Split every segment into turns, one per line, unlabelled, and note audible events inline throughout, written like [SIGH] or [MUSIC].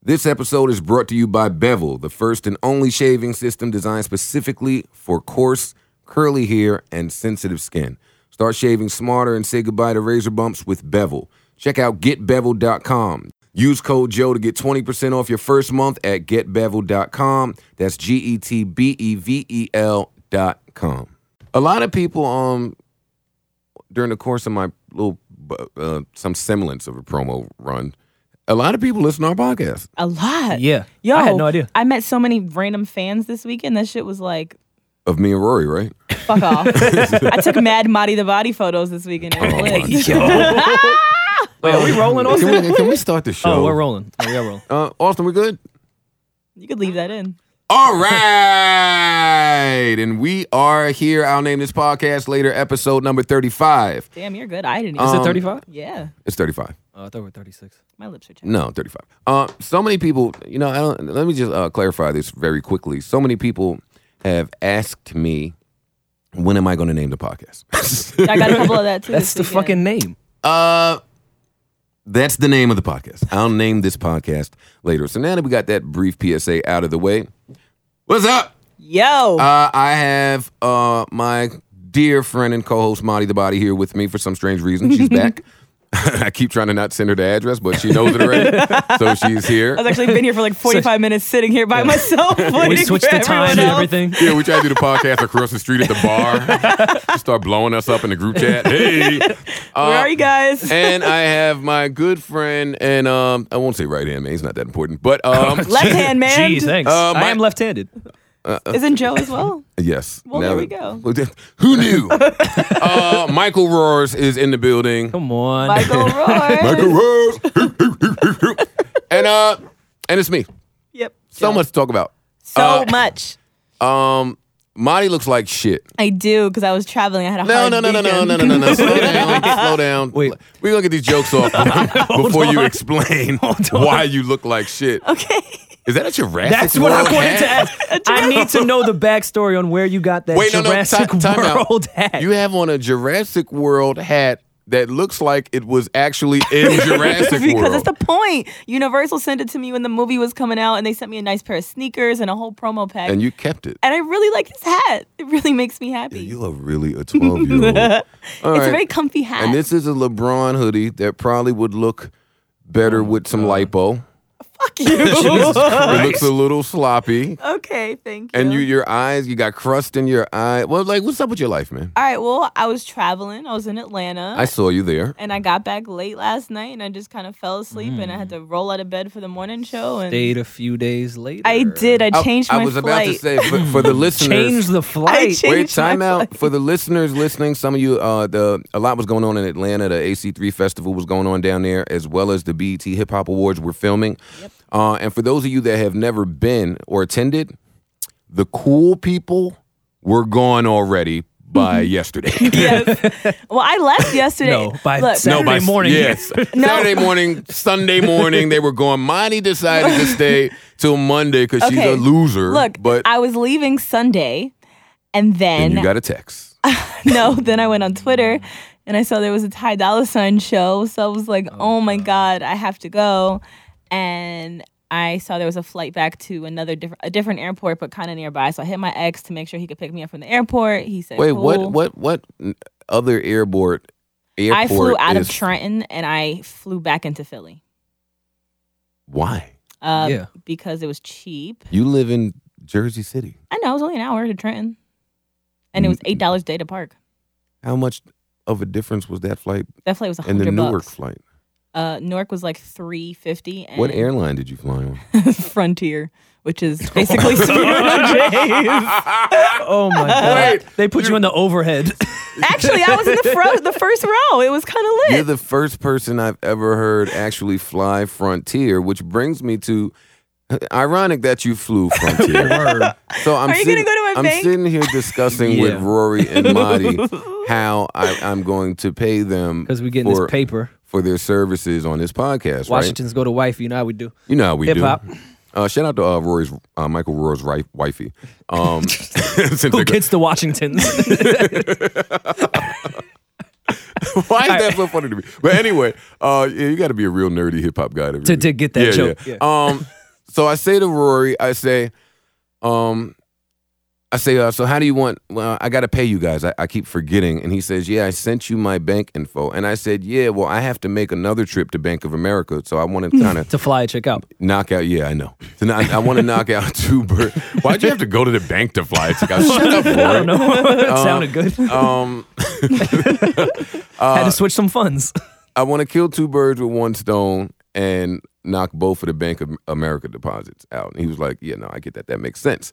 This episode is brought to you by Bevel, the first and only shaving system designed specifically for coarse, curly hair and sensitive skin. Start shaving smarter and say goodbye to razor bumps with Bevel. Check out getbevel.com. Use code Joe to get 20% off your first month at getbevel.com. That's G E T B E V E L.com. A lot of people um during the course of my little uh, some semblance of a promo run, a lot of people listen to our podcast.
A lot.
Yeah.
Yo,
I had no idea.
I met so many random fans this weekend. That shit was like,
of me and Rory, right? [LAUGHS]
fuck off. I took mad Marty the Body photos this weekend. It was
Oh,
lit.
my
Wait, are we rolling on?
Can we, can we start the show?
[LAUGHS] Oh, we're rolling. Oh, we are rolling.
Uh, Austin, we good?
[LAUGHS] You could leave that in.
All right. And we are here. I'll name this podcast later, episode number 35.
Damn, you're good. I didn't.
Is
Um,
even
it 35?
yeah,
It's 35.
Oh, I thought we were 36.
my lips are chapped.
No, 35. Uh, so many people, you know, I don't, let me just uh, clarify this very quickly. So many people have asked me, when am I going to name the podcast? [LAUGHS]
I got a couple of that too.
That's the
this weekend. [LAUGHS]
fucking name.
uh, that's the name of the podcast. I'll name this podcast later. So now that we got that brief PSA out of the way, what's up?
Yo,
Uh, I have uh, my dear friend and co-host Monty the Body here with me for some strange reason.
[LAUGHS]
She's back. [LAUGHS] I keep trying to not send her the address, but she knows it already, so she's here.
I've actually been here for
[LAUGHS]
like 45 minutes sitting here by myself.
We switched the time and everything.
Yeah, we try to do the podcast across the street at the bar. She start blowing us up in the group chat. Hey, Uh,
[LAUGHS] Where are you guys?
And I have my good friend, and um, I won't say right hand man. He's not that important,
[LAUGHS]
but um,
[LAUGHS]
[LAUGHS]
Left hand man.
Jeez, thanks.
Uh, my-
I am left-handed.
Isn't Joe as well?
yes.
Well, there we go.
[LAUGHS] Who
[LAUGHS]
knew? uh, Michael Roars is in the building.
Come on.
Michael Roy.
[LAUGHS] Michael Rose. [LAUGHS] and uh and it's me.
Yep.
So
Joe.
much Uh, to talk about.
So much.
Um Monty looks like shit.
I do because I was traveling. I had a
No,
hard
no, no, no, no,
weekend.
no, no, no, no. [LAUGHS] Slow down. Slow down.
Wait.
We're gonna get these jokes
[LAUGHS]
off before you
on.
explain
Hold on.
why you look like shit.
[LAUGHS] Okay.
Is that a Jurassic
[LAUGHS] That's what
World
I wanted to
hat?
ask.
[LAUGHS]
I need to know the backstory on where you got that
Wait, no, no,
Jurassic
ti- time out.
World hat. [LAUGHS]
You have on a Jurassic World hat that looks like it was actually
[LAUGHS]
in Jurassic
because
World.
that's the point. Universal sent it to me when the movie was coming out, and they sent me a nice pair of sneakers and a whole promo pack.
and
And,
you kept
[LAUGHS]
it.
I really like this hat. It really makes me happy.
You are really a twelve year
[LAUGHS]
old.
it's
All
a
right.
very comfy hat.
And this is a LeBron hoodie that probably would look better with some lipo.
Fuck
[LAUGHS]
you.
It looks a little sloppy.
[LAUGHS] okay, thank you.
And you, your eyes, you got crust in your eye. Well, like, what's up with your life, man?
All right. Well, I was traveling. I was in Atlanta.
I saw you there.
and I got back late last night, and I just kind of fell asleep, and I
Mm.
had to roll out of bed for the morning show. And
Stayed a few days later.
I did. I
I-
changed
I,
my
was about
flight.
to say for, for
[LAUGHS]
the listeners.
Changed the
I
flight.
changed-
Wait,
my
time out for the listeners listening. Some of you, uh, the a lot was going on in Atlanta. The AC3 festival was going on down there, as well as the BET Hip Hop Awards. We're filming, uh, and for those of you that have never been or attended, the cool people were gone already by
Mm-hmm. [LAUGHS]
yesterday.
yes. Well, I left [LAUGHS] yesterday.
No, by
Look,
Saturday
by s-
morning.
[LAUGHS]
Yes.
No.
Saturday morning, Sunday morning, they were going. Monty decided
[LAUGHS]
to stay till Monday because she's
Okay.
a loser.
Look,
but
I was leaving Sunday, and
and
then
you got a text. [LAUGHS]
no, then I went on Twitter, and I saw there was a Ty Dolla Sign show, so I was like, oh, my god, I have to go, and. I saw there was a flight back to another different a different airport, but kind of nearby. So I hit my ex to make sure he could pick me up from the airport. He said,
Wait, what?
"Cool."
What? What? Other airport? Airport
I flew out
is-
of Trenton and I flew back into Philly
Why?
uh,
Yeah.
because it was cheap.
You live in Jersey City.
I know it was only an hour to Trenton,
Mm.
and it was eight dollars a day to park.
How much of a difference was that flight
That flight was a
and the
hundred
Newark
bucks.
flight?
Uh, Newark was like three fifty.
What airline did you fly on?
[LAUGHS] Frontier, which
[LAUGHS]
is basically
[LAUGHS]
Spirit. [LAUGHS]
Oh my god. They put you in the overhead.
Actually, I was in the front, the first row. It was kind of
You're
lit.
the first person I've ever heard actually fly Frontier, which brings me to [LAUGHS] ironic that you flew Frontier.
[LAUGHS]
[LAUGHS] Word.
So I'm
Are you
sitting,
gonna go to my
I'm
bank?
sitting here discussing
Yeah.
with Rory and
[LAUGHS]
Marty how I, I'm going to pay them
Because we getting
for,
this paper.
for their services on this podcast,
Washington's go to wifey. You know how we do.
right? You know how we
Hip hop.
do. Uh, shout out to uh, Rory's uh, Michael Roar's ri- wifey. Um, [LAUGHS] since
[LAUGHS] Who
they- [LAUGHS]
gets the Washingtons?
Why is that so funny to me? But anyway, uh, yeah, you got to be a real nerdy hip hop guy to,
To- to get that
Yeah,
joke.
yeah.
[LAUGHS]
Um, so I say to Rory, I say, um, I say, uh, so how do you want? Well, I got to pay you guys. I, I keep forgetting. And he says, yeah, I sent you my bank info. And I said, yeah, well, I have to make another trip to Bank of America, so I want
[LAUGHS]
to kind of
[LAUGHS] to fly a
[LAUGHS]
chick out.
knock out. Yeah, I know. So now I, I want to knock out [LAUGHS] two birds. Why'd you have to go to the bank to fly? It's like, I shut up, Rory.
[LAUGHS] I don't
Uh,
know. it sounded good.
Um, uh,
Had to switch
[LAUGHS]
some funds. [LAUGHS]
I want to kill two birds with one stone and knock both of the Bank of America deposits out. And he was like, Yeah, no, I get that. That makes sense.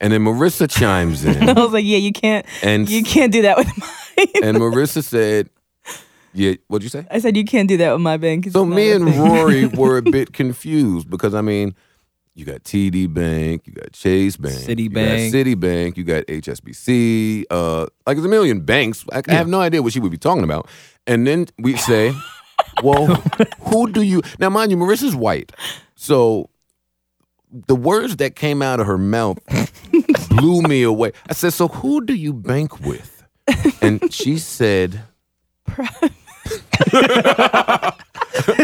And then Marissa chimes
[LAUGHS]
in,
[LAUGHS] I was like, yeah, you can't,
And-
you can't do that with [LAUGHS] mine.
and Marissa said, Yeah, what'd you say?
I said you can't do that with my bank. It's
So
not
me
a
and
thing." [LAUGHS]
Rory were a bit confused because I mean, you got TD Bank, you got Chase Bank, you got
Citibank.
Citibank, you got HSBC. Uh, like there's a million banks. I, I have no idea what she would be talking about. And then we
[LAUGHS]
say, "Well, who do you?" Now, mind you, Marissa's white, so the words that came out of her
[LAUGHS]
mouth blew me away. I said, "So who do you bank with?" And she said.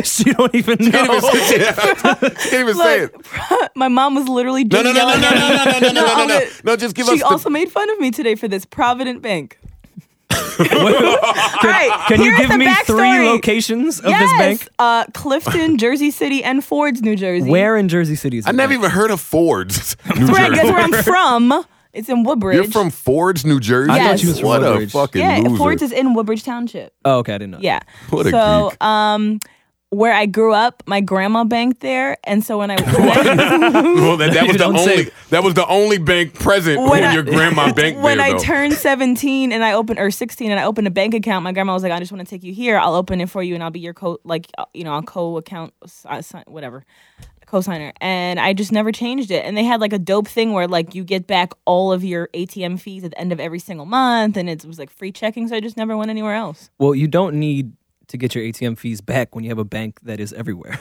she don't even know.
[LAUGHS] Can't even say it.
Look, [LAUGHS] my mom was literally
No,
just
no, no, no,
yelling [LAUGHS]
no,
at
no, no, no, no, no,
me.
no, no.
I'm a-
No, just give us.
She
the-
also made fun of me today for this Provident Bank.
[LAUGHS]
All right,
[LAUGHS] Can you
here's
give
the
me three
backstory.
locations of
yes,
this bank?
Uh,
[LAUGHS]
Clifton, Jersey City, and Ford's, New Jersey.
Where in Jersey City is
I
it?
never even heard of Ford's. [LAUGHS] New
That's where,
Jersey.
that's where I'm from. It's in Woodbridge.
You're from Ford's, New Jersey.
I thought you
was from
what a
Woodbridge.
fucking
yeah.
loser.
Ford's is in Woodbridge Township.
Oh, okay, I didn't know.
Yeah.
[LAUGHS] What a
so,
geek.
um, where I grew up, my grandma banked there, and so when I
well, that,
[LAUGHS]
that was
[LAUGHS] You
the
don't
only
say.
that was the only bank present when,
When I-
your
[LAUGHS]
grandma banked
when
there.
I
though.
turned 17 and I opened or 16 and I opened a bank account, my grandma was like, "I just want to take you here. I'll open it for you and I'll be your co like uh, you know, I'll co-account uh, sign- whatever, co-signer." And I just never changed it. And they had like a dope thing where like you get back all of your ATM fees at the end of every single month and it was like free checking, so I just never went anywhere else.
Well, you don't need to get your ATM fees back when you have a bank that is
[LAUGHS]
everywhere.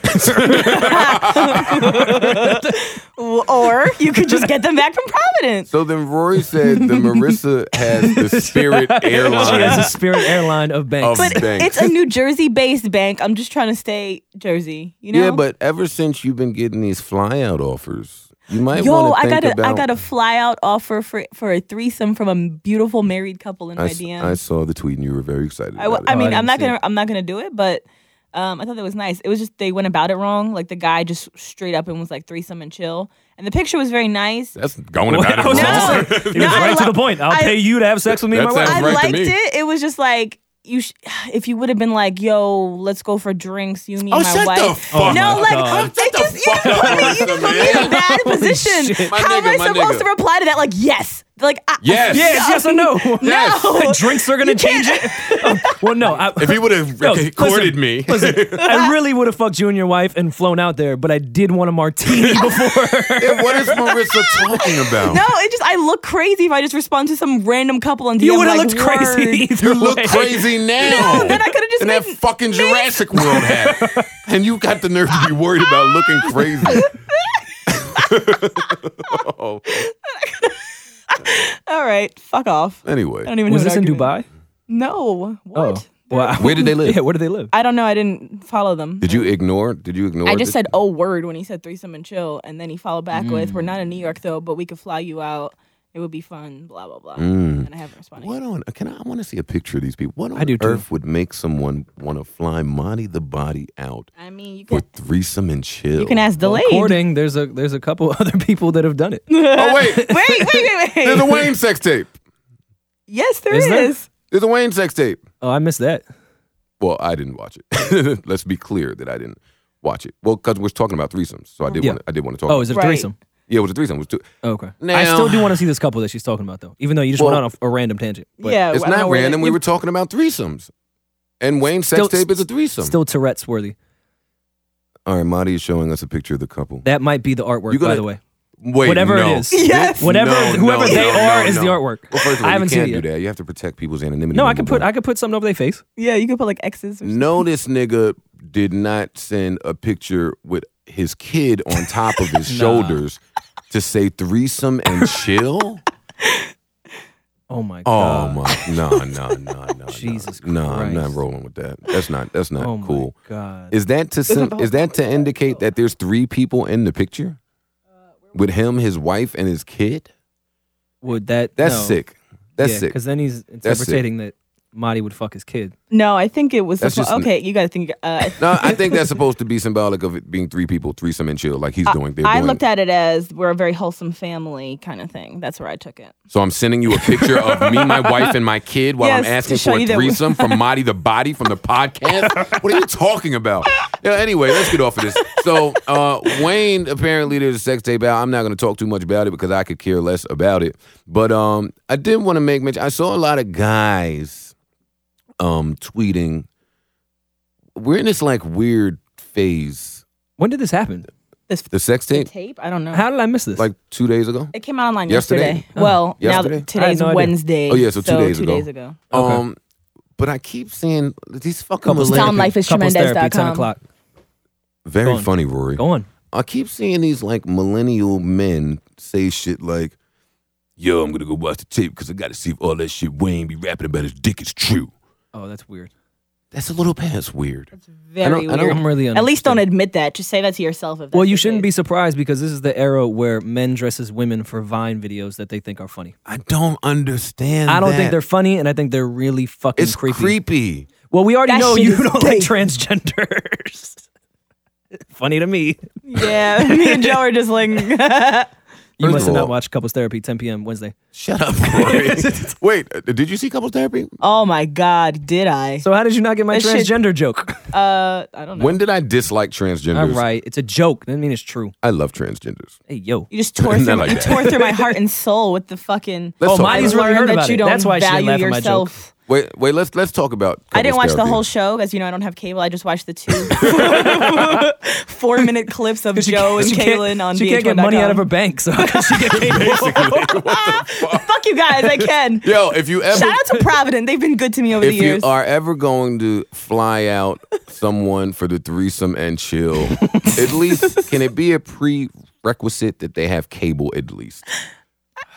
Or you could just get them back from Providence.
so then Rory said the Marissa has the [LAUGHS] Spirit
she has a
Airlines.
Spirit airline of [LAUGHS] banks.
Of-
But
Bank.
it's a New Jersey based bank. I'm just trying to stay Jersey, you know?
Yeah, but ever since you've been getting these flyout offers, you might
Yo,
want to
I
think
got a I
about.
got a fly out offer for for a threesome from a beautiful married couple in
I
my
s-
DM.
I saw the tweet and you were very excited.
I,
about
w-
it.
I
Oh, I
mean, I am
didn't
not
see
gonna
it.
I'm not gonna do it, but um, I thought that was nice. It was just they went about it wrong. Like the guy just straight up and was like threesome and chill, and the picture was very nice.
That's
[LAUGHS]
going about it.
No.
wrong.
It was right to the point. I'll
I-
pay you to have sex with me and my
That
wife.
sounds
I
right to
liked
me.
it. It was just like you. Sh- [SIGHS] if you would have been like, "Yo, let's go for drinks," you, me,
Oh,
my
shut
wife.
the fuck Oh
no,
up.
like
God.
they
Shut the
just you
fuck
just put me,
up,
you just put me in
man. [LAUGHS]
a bad position.
shit.
My
How am
nigga,
I
my
supposed
nigga.
to reply to that? Like, yes, like I,
Yes.
Yes, yes, I know. [LAUGHS]
[LAUGHS]
No.
Drinks are gonna change it. Oh, well, no. I,
If he would have
[LAUGHS] No,
recorded
listen,
me,
Listen,
[LAUGHS]
I really would have fucked you and your wife and flown out there, but I did want a
[LAUGHS]
martini before.
Yeah, what is Marissa talking about?
No, it just I look crazy if I just respond to some random couple on DM.
you would have
like,
looked crazy.
"Word."
either
You look
way.
crazy now.
No, then I could've just
in that
made-
fucking Jurassic World
[LAUGHS]
hat, and you got the nerve to be worried about looking crazy. Oh,
All right, fuck off. I
anyway,
don't even
[LAUGHS] Was
know
this
what
in
argument-
Dubai?
No. What?
Oh, wow.
where did they live?
[LAUGHS] Yeah, where do they live?
I don't know. I didn't follow them.
Did you ignore? Did you ignore?
I just
this?
said oh word when he said threesome and chill, and then he followed back with,
Mm.
"We're not in New York though, but we could fly you out. It would be fun." Blah blah blah. And I haven't responded.
Mm. What on? Can I? I want to see a picture of these people. What on
do too.
earth would make someone want to fly Monty the Body out
I mean, you
for
can
threesome and chill?
you can ask delayed.
According, there's a there's a couple [LAUGHS] other people that
[LAUGHS]
have done it.
Oh
[LAUGHS]
wait, [LAUGHS]
wait, wait, wait,
there's a
wait.
Wayne sex tape.
yes, there
Is
is.
there?
There's a Wayne sex tape.
Oh, I missed that.
Well, I didn't watch it. [LAUGHS] Let's be clear that I didn't watch it. Well, because we're talking about threesomes, so I did.
Yeah.
want I did want to talk.
Oh, is it a
Right.
threesome?
yeah, it was a threesome. It was two.
Oh, okay. I
Now-
still do want to see this couple that she's talking about, though, even though you just
Well-
went on a, a random tangent. But
yeah,
It's
I don't know
not
where that-
random. We
you-
were talking about threesomes, and Wayne's
Still-
sex tape is a threesome.
Still Tourette's worthy.
All right, Marty is showing us a picture of the couple.
That might be the artwork,
You gotta-
by the way.
Wait,
Whatever
no.
it is.
Yes.
Whatever,
No, no,
whoever they
no,
are
no,
is the
no.
artwor't.
Well, first of all,
I haven't
you can't
seen it.
do
yet.
that. You have to protect people's anonymity.
No, I could put I could put something over their face.
yeah, you could put like X's. Or
No, this nigga did not send a picture with his kid on top of
[LAUGHS]
his shoulders to say threesome and chill.
Oh my
Oh
god.
my no no no no
Jesus
no. No, I'm not
Christ.
rolling with that. That's not that's not
Oh my
cool.
god.
Is that to sim- is that to indicate that there's three people in the picture? With him, his wife, and his kid?
Would that
That's
no.
sick. That's sick.
Because then he's interpreting that Marty would fuck his kid.
No, I think it was
That's
suppo-
just-
okay. You got to think. Uh,
No, I think that's supposed to be symbolic of it being three people, threesome and chill, like he's doing. They're
I
doing.
looked at it as we're a very wholesome family kind of thing. That's where I took it.
so I'm sending you a picture of me,
[LAUGHS]
my wife, and my kid while I'm
Yes, to
asking
show
for a
you that-
threesome
[LAUGHS]
from Marty the Body from the podcast. what are you talking about? Yeah, anyway, let's get off of this. So uh, Wayne apparently there's a sex tape out. I'm not going to talk too much about it because I could care less about it. But um, I did want to make mention. I saw a lot of guys um, tweeting. We're in this like weird phase.
When did this happen?
This
The sex tape,
tape, I don't know.
How did I miss this?
like two days ago.
it came out online
Yesterday?
yesterday. Well,
Yesterday? I
now
had
today's
no idea.
Wednesday.
Oh, yeah, so two days ago.
Okay.
Um, but I keep seeing these fucking
Couples
millennials-
Tom Life is
Couples
tremendous
therapy,
dot
ten
com.
o'clock.
Very
Go on.
funny, Rory.
Go on.
I keep seeing these like millennial men say shit like, "Yo, I'm gonna go watch the tape because I gotta see if all that shit Wayne be rapping about his dick is true."
Oh, that's weird.
That's a little past weird.
Very
I don't- I
weird.
don't-
I'm really.
At least don't admit that. Just say that to yourself. If that's
Well,
the
you shouldn't be
case.
surprised because this is the era where men dress as women for Vine videos that they think are funny.
I don't understand.
I don't think
that.
they're funny, and I think they're really fucking
It's
creepy.
creepy.
Well, we already
That
know
shit
you
is
don't
gay.
like transgenders. [LAUGHS] funny to me.
Yeah, [LAUGHS] me and Joe are just like. [LAUGHS]
You
First
must
of
have
all-
not watched Couples Therapy 10 p.m. Wednesday.
Shut up,
[LAUGHS]
Rory. Wait, uh, did you see couples therapy?
oh my God, did I?
So how did you not get my
That shit-
transgender
[LAUGHS]
joke?
Uh, I don't know.
When did I dislike
All
transgenders?
right, it's a joke. Doesn't mean it's true.
I love transgenders.
Hey yo.
you just tore through,
Not like
you
that.
tore through my heart and soul with the fucking.
Let's
Oh,
talk
Marty's
about
really
learn
heard
that
about
you
it.
don't
That's why she didn't
value
laugh at my joke. [LAUGHS]
yourself.
it. Wait, wait. Let's let's talk about.
I didn't watch
couples
the
therapy.
whole show because you know I don't have cable. I just watched the
[LAUGHS]
two four minute clips of
She
Joe
can't-
and
she can't-
Kaylin on
She can't get money out of her bank, so [LAUGHS] how can she get paid?
Ah, Fuck you guys, I can.
[LAUGHS]
Yo, if you ever
Shout out to Provident. They've been good to me over
if
the years.
you are ever going to fly out someone for the threesome and chill, at least can it be a prerequisite that they have cable? At least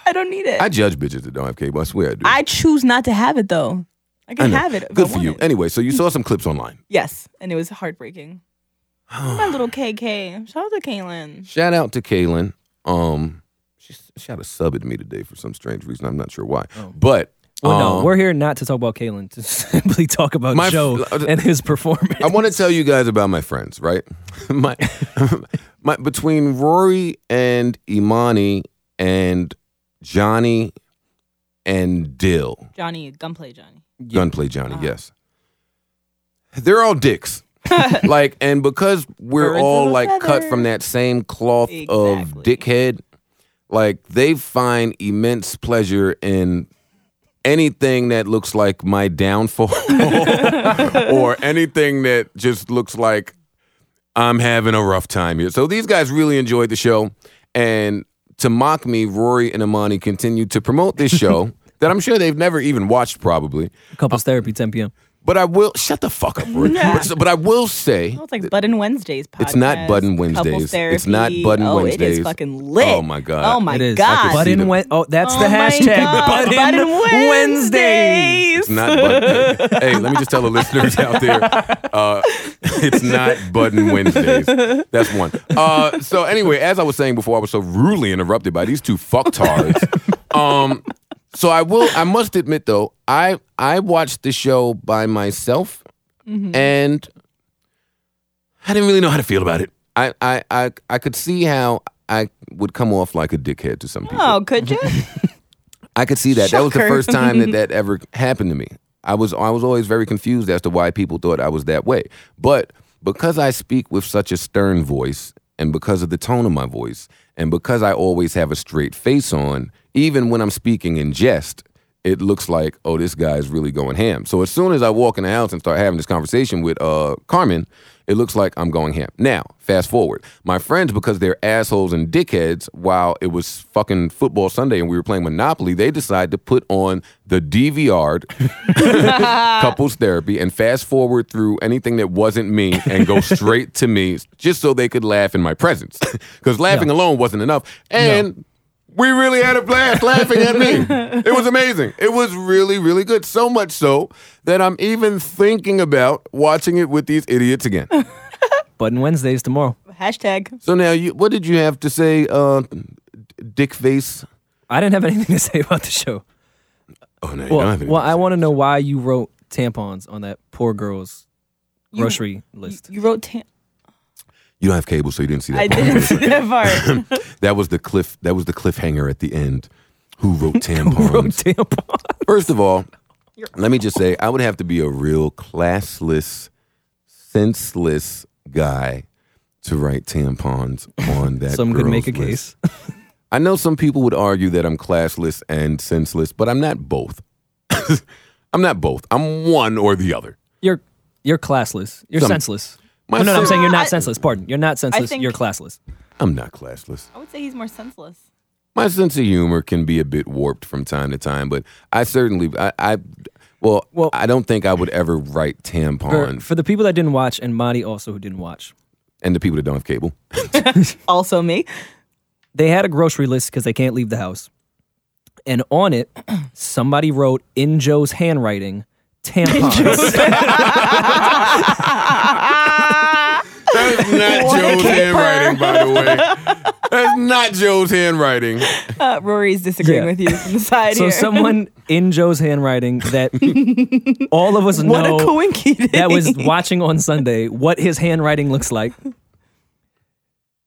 I don't need it.
I
I,
judge bitches that don't have cable. I swear I do.
choose not to have it though. I
I
can
know.
have it. if
Good
I
for
want
you.
it.
Anyway, so you saw some clips online.
Yes, and it was heartbreaking. my little KK. Shout out to Kaylin.
Shout out to Kaylin. Um, she s- shot a sub at me today for some strange reason. I'm not sure why, but
well, no,
Oh.
um,
we're here not to talk about Kalen, to [LAUGHS] simply talk about
My-
Joe
uh,
and his performance.
I want to tell you guys about my friends, right? [LAUGHS] my, my between Rory and Imani and Johnny and Dill,
Johnny, gunplay Johnny.
Gunplay Johnny, yes. They're all dicks. like and because we're
Birds of
all
a
like cut
feather.
from that same cloth of
Exactly.
dickhead, like they find immense pleasure in anything that looks like my downfall or anything that just looks like I'm having a rough time here. So these guys really enjoyed the show. And to mock me, Rory and Amani continued to promote this show that I'm sure they've never even watched, probably.
[LAUGHS] Couples Therapy 10 p.m.
But I will shut the fuck up, Rory. But, but I will say
Oh, it's like Button Wednesdays podcast.
It's not Budden
Couples
Wednesdays.
therapy.
It's not Budden
oh,
Wednesdays.
It is fucking lit.
Oh, my God.
Oh my
it is.
god.
I
But
could see
in
them.
Wed- oh, that's
Oh
the
my
hashtag.
God.
But in
Button
Wednesdays.
Wednesdays.
it's not. Bud- hey, let me just tell the listeners out there, uh, it's not Budden Wednesdays. That's one. Uh, so anyway, as I was saying before, I was so rudely interrupted by these two fucktards. Um, so I will. I must admit though, I I watched the show by myself, and I didn't really know how to feel about it. I I I, I could see how. I would come off like a dickhead to some people.
Oh, could you? [LAUGHS]
I could see that. That was the
Shocker.
first time that that ever happened to me. I was I was always very confused as to why people thought I was that way. But because I speak with such a stern voice and because of the tone of my voice and because I always have a straight face on, even when I'm speaking in jest, it looks like, oh, this guy's really going ham. So as soon as I walk in the house and start having this conversation with uh, Carmen, it looks like I'm going ham. Now, fast forward. My friends, because they're assholes and dickheads, while it was fucking football Sunday and we were playing Monopoly, they decided to put on the DVR couples therapy and fast forward through anything that wasn't me and go straight [LAUGHS] to me just so they could laugh in my presence. Because laughing alone wasn't enough. And we really had a blast laughing at me. It was amazing. It was really, really good. So much so that I'm even thinking about watching it with these idiots again.
Button Wednesdays tomorrow.
Hashtag.
So now, you, what did you have to say, uh, Dick Face?
I didn't have anything to say about the show.
Oh no, you don't
Well,
have anything
well
to say.
I want to know why you wrote tampons on that poor girl's grocery
[LAUGHS]
list.
You wrote tam-
You don't have cable, so you didn't see [LAUGHS] that.
I didn't see that part.
[LAUGHS] That was the cliff. That was the cliffhanger at the end. Who
[LAUGHS]
wrote tampons?
Wrote tampons.
First of all, let me just say, I would have to be a real classless, senseless guy to write tampons on that.
Some could
girl's
make a
list.
case.
[LAUGHS] I know some people would argue that I'm classless and senseless, but I'm not both. [COUGHS] I'm not both. I'm one or the other.
You're you're classless. You're
Some-
senseless.
My
No, no, no, I'm
sen-
saying you're not
I-
senseless. Pardon. You're not senseless.
think-
you're classless.
I'm not classless.
I would say he's more senseless.
My sense of humor can be a bit warped from time to time, but I certainly, I, I well,
Well-
I don't think I would ever write
For,
tampon.
for the people that didn't watch, and Madi also who didn't watch,
and the people that don't have cable,
Also me.
they had a grocery list because they can't leave the house. And on it, [CLEARS THROAT] somebody wrote in Joe's handwriting, tampons.
That is not
What a
Joe's
caper.
handwriting, by the way. That's not Joe's handwriting.
Uh, Rory's disagreeing
Yeah.
with you from the side
so
here.
someone in Joe's handwriting that
[LAUGHS]
all of us
what
know
a coincidence. [LAUGHS]
that was watching on Sunday what his handwriting looks like.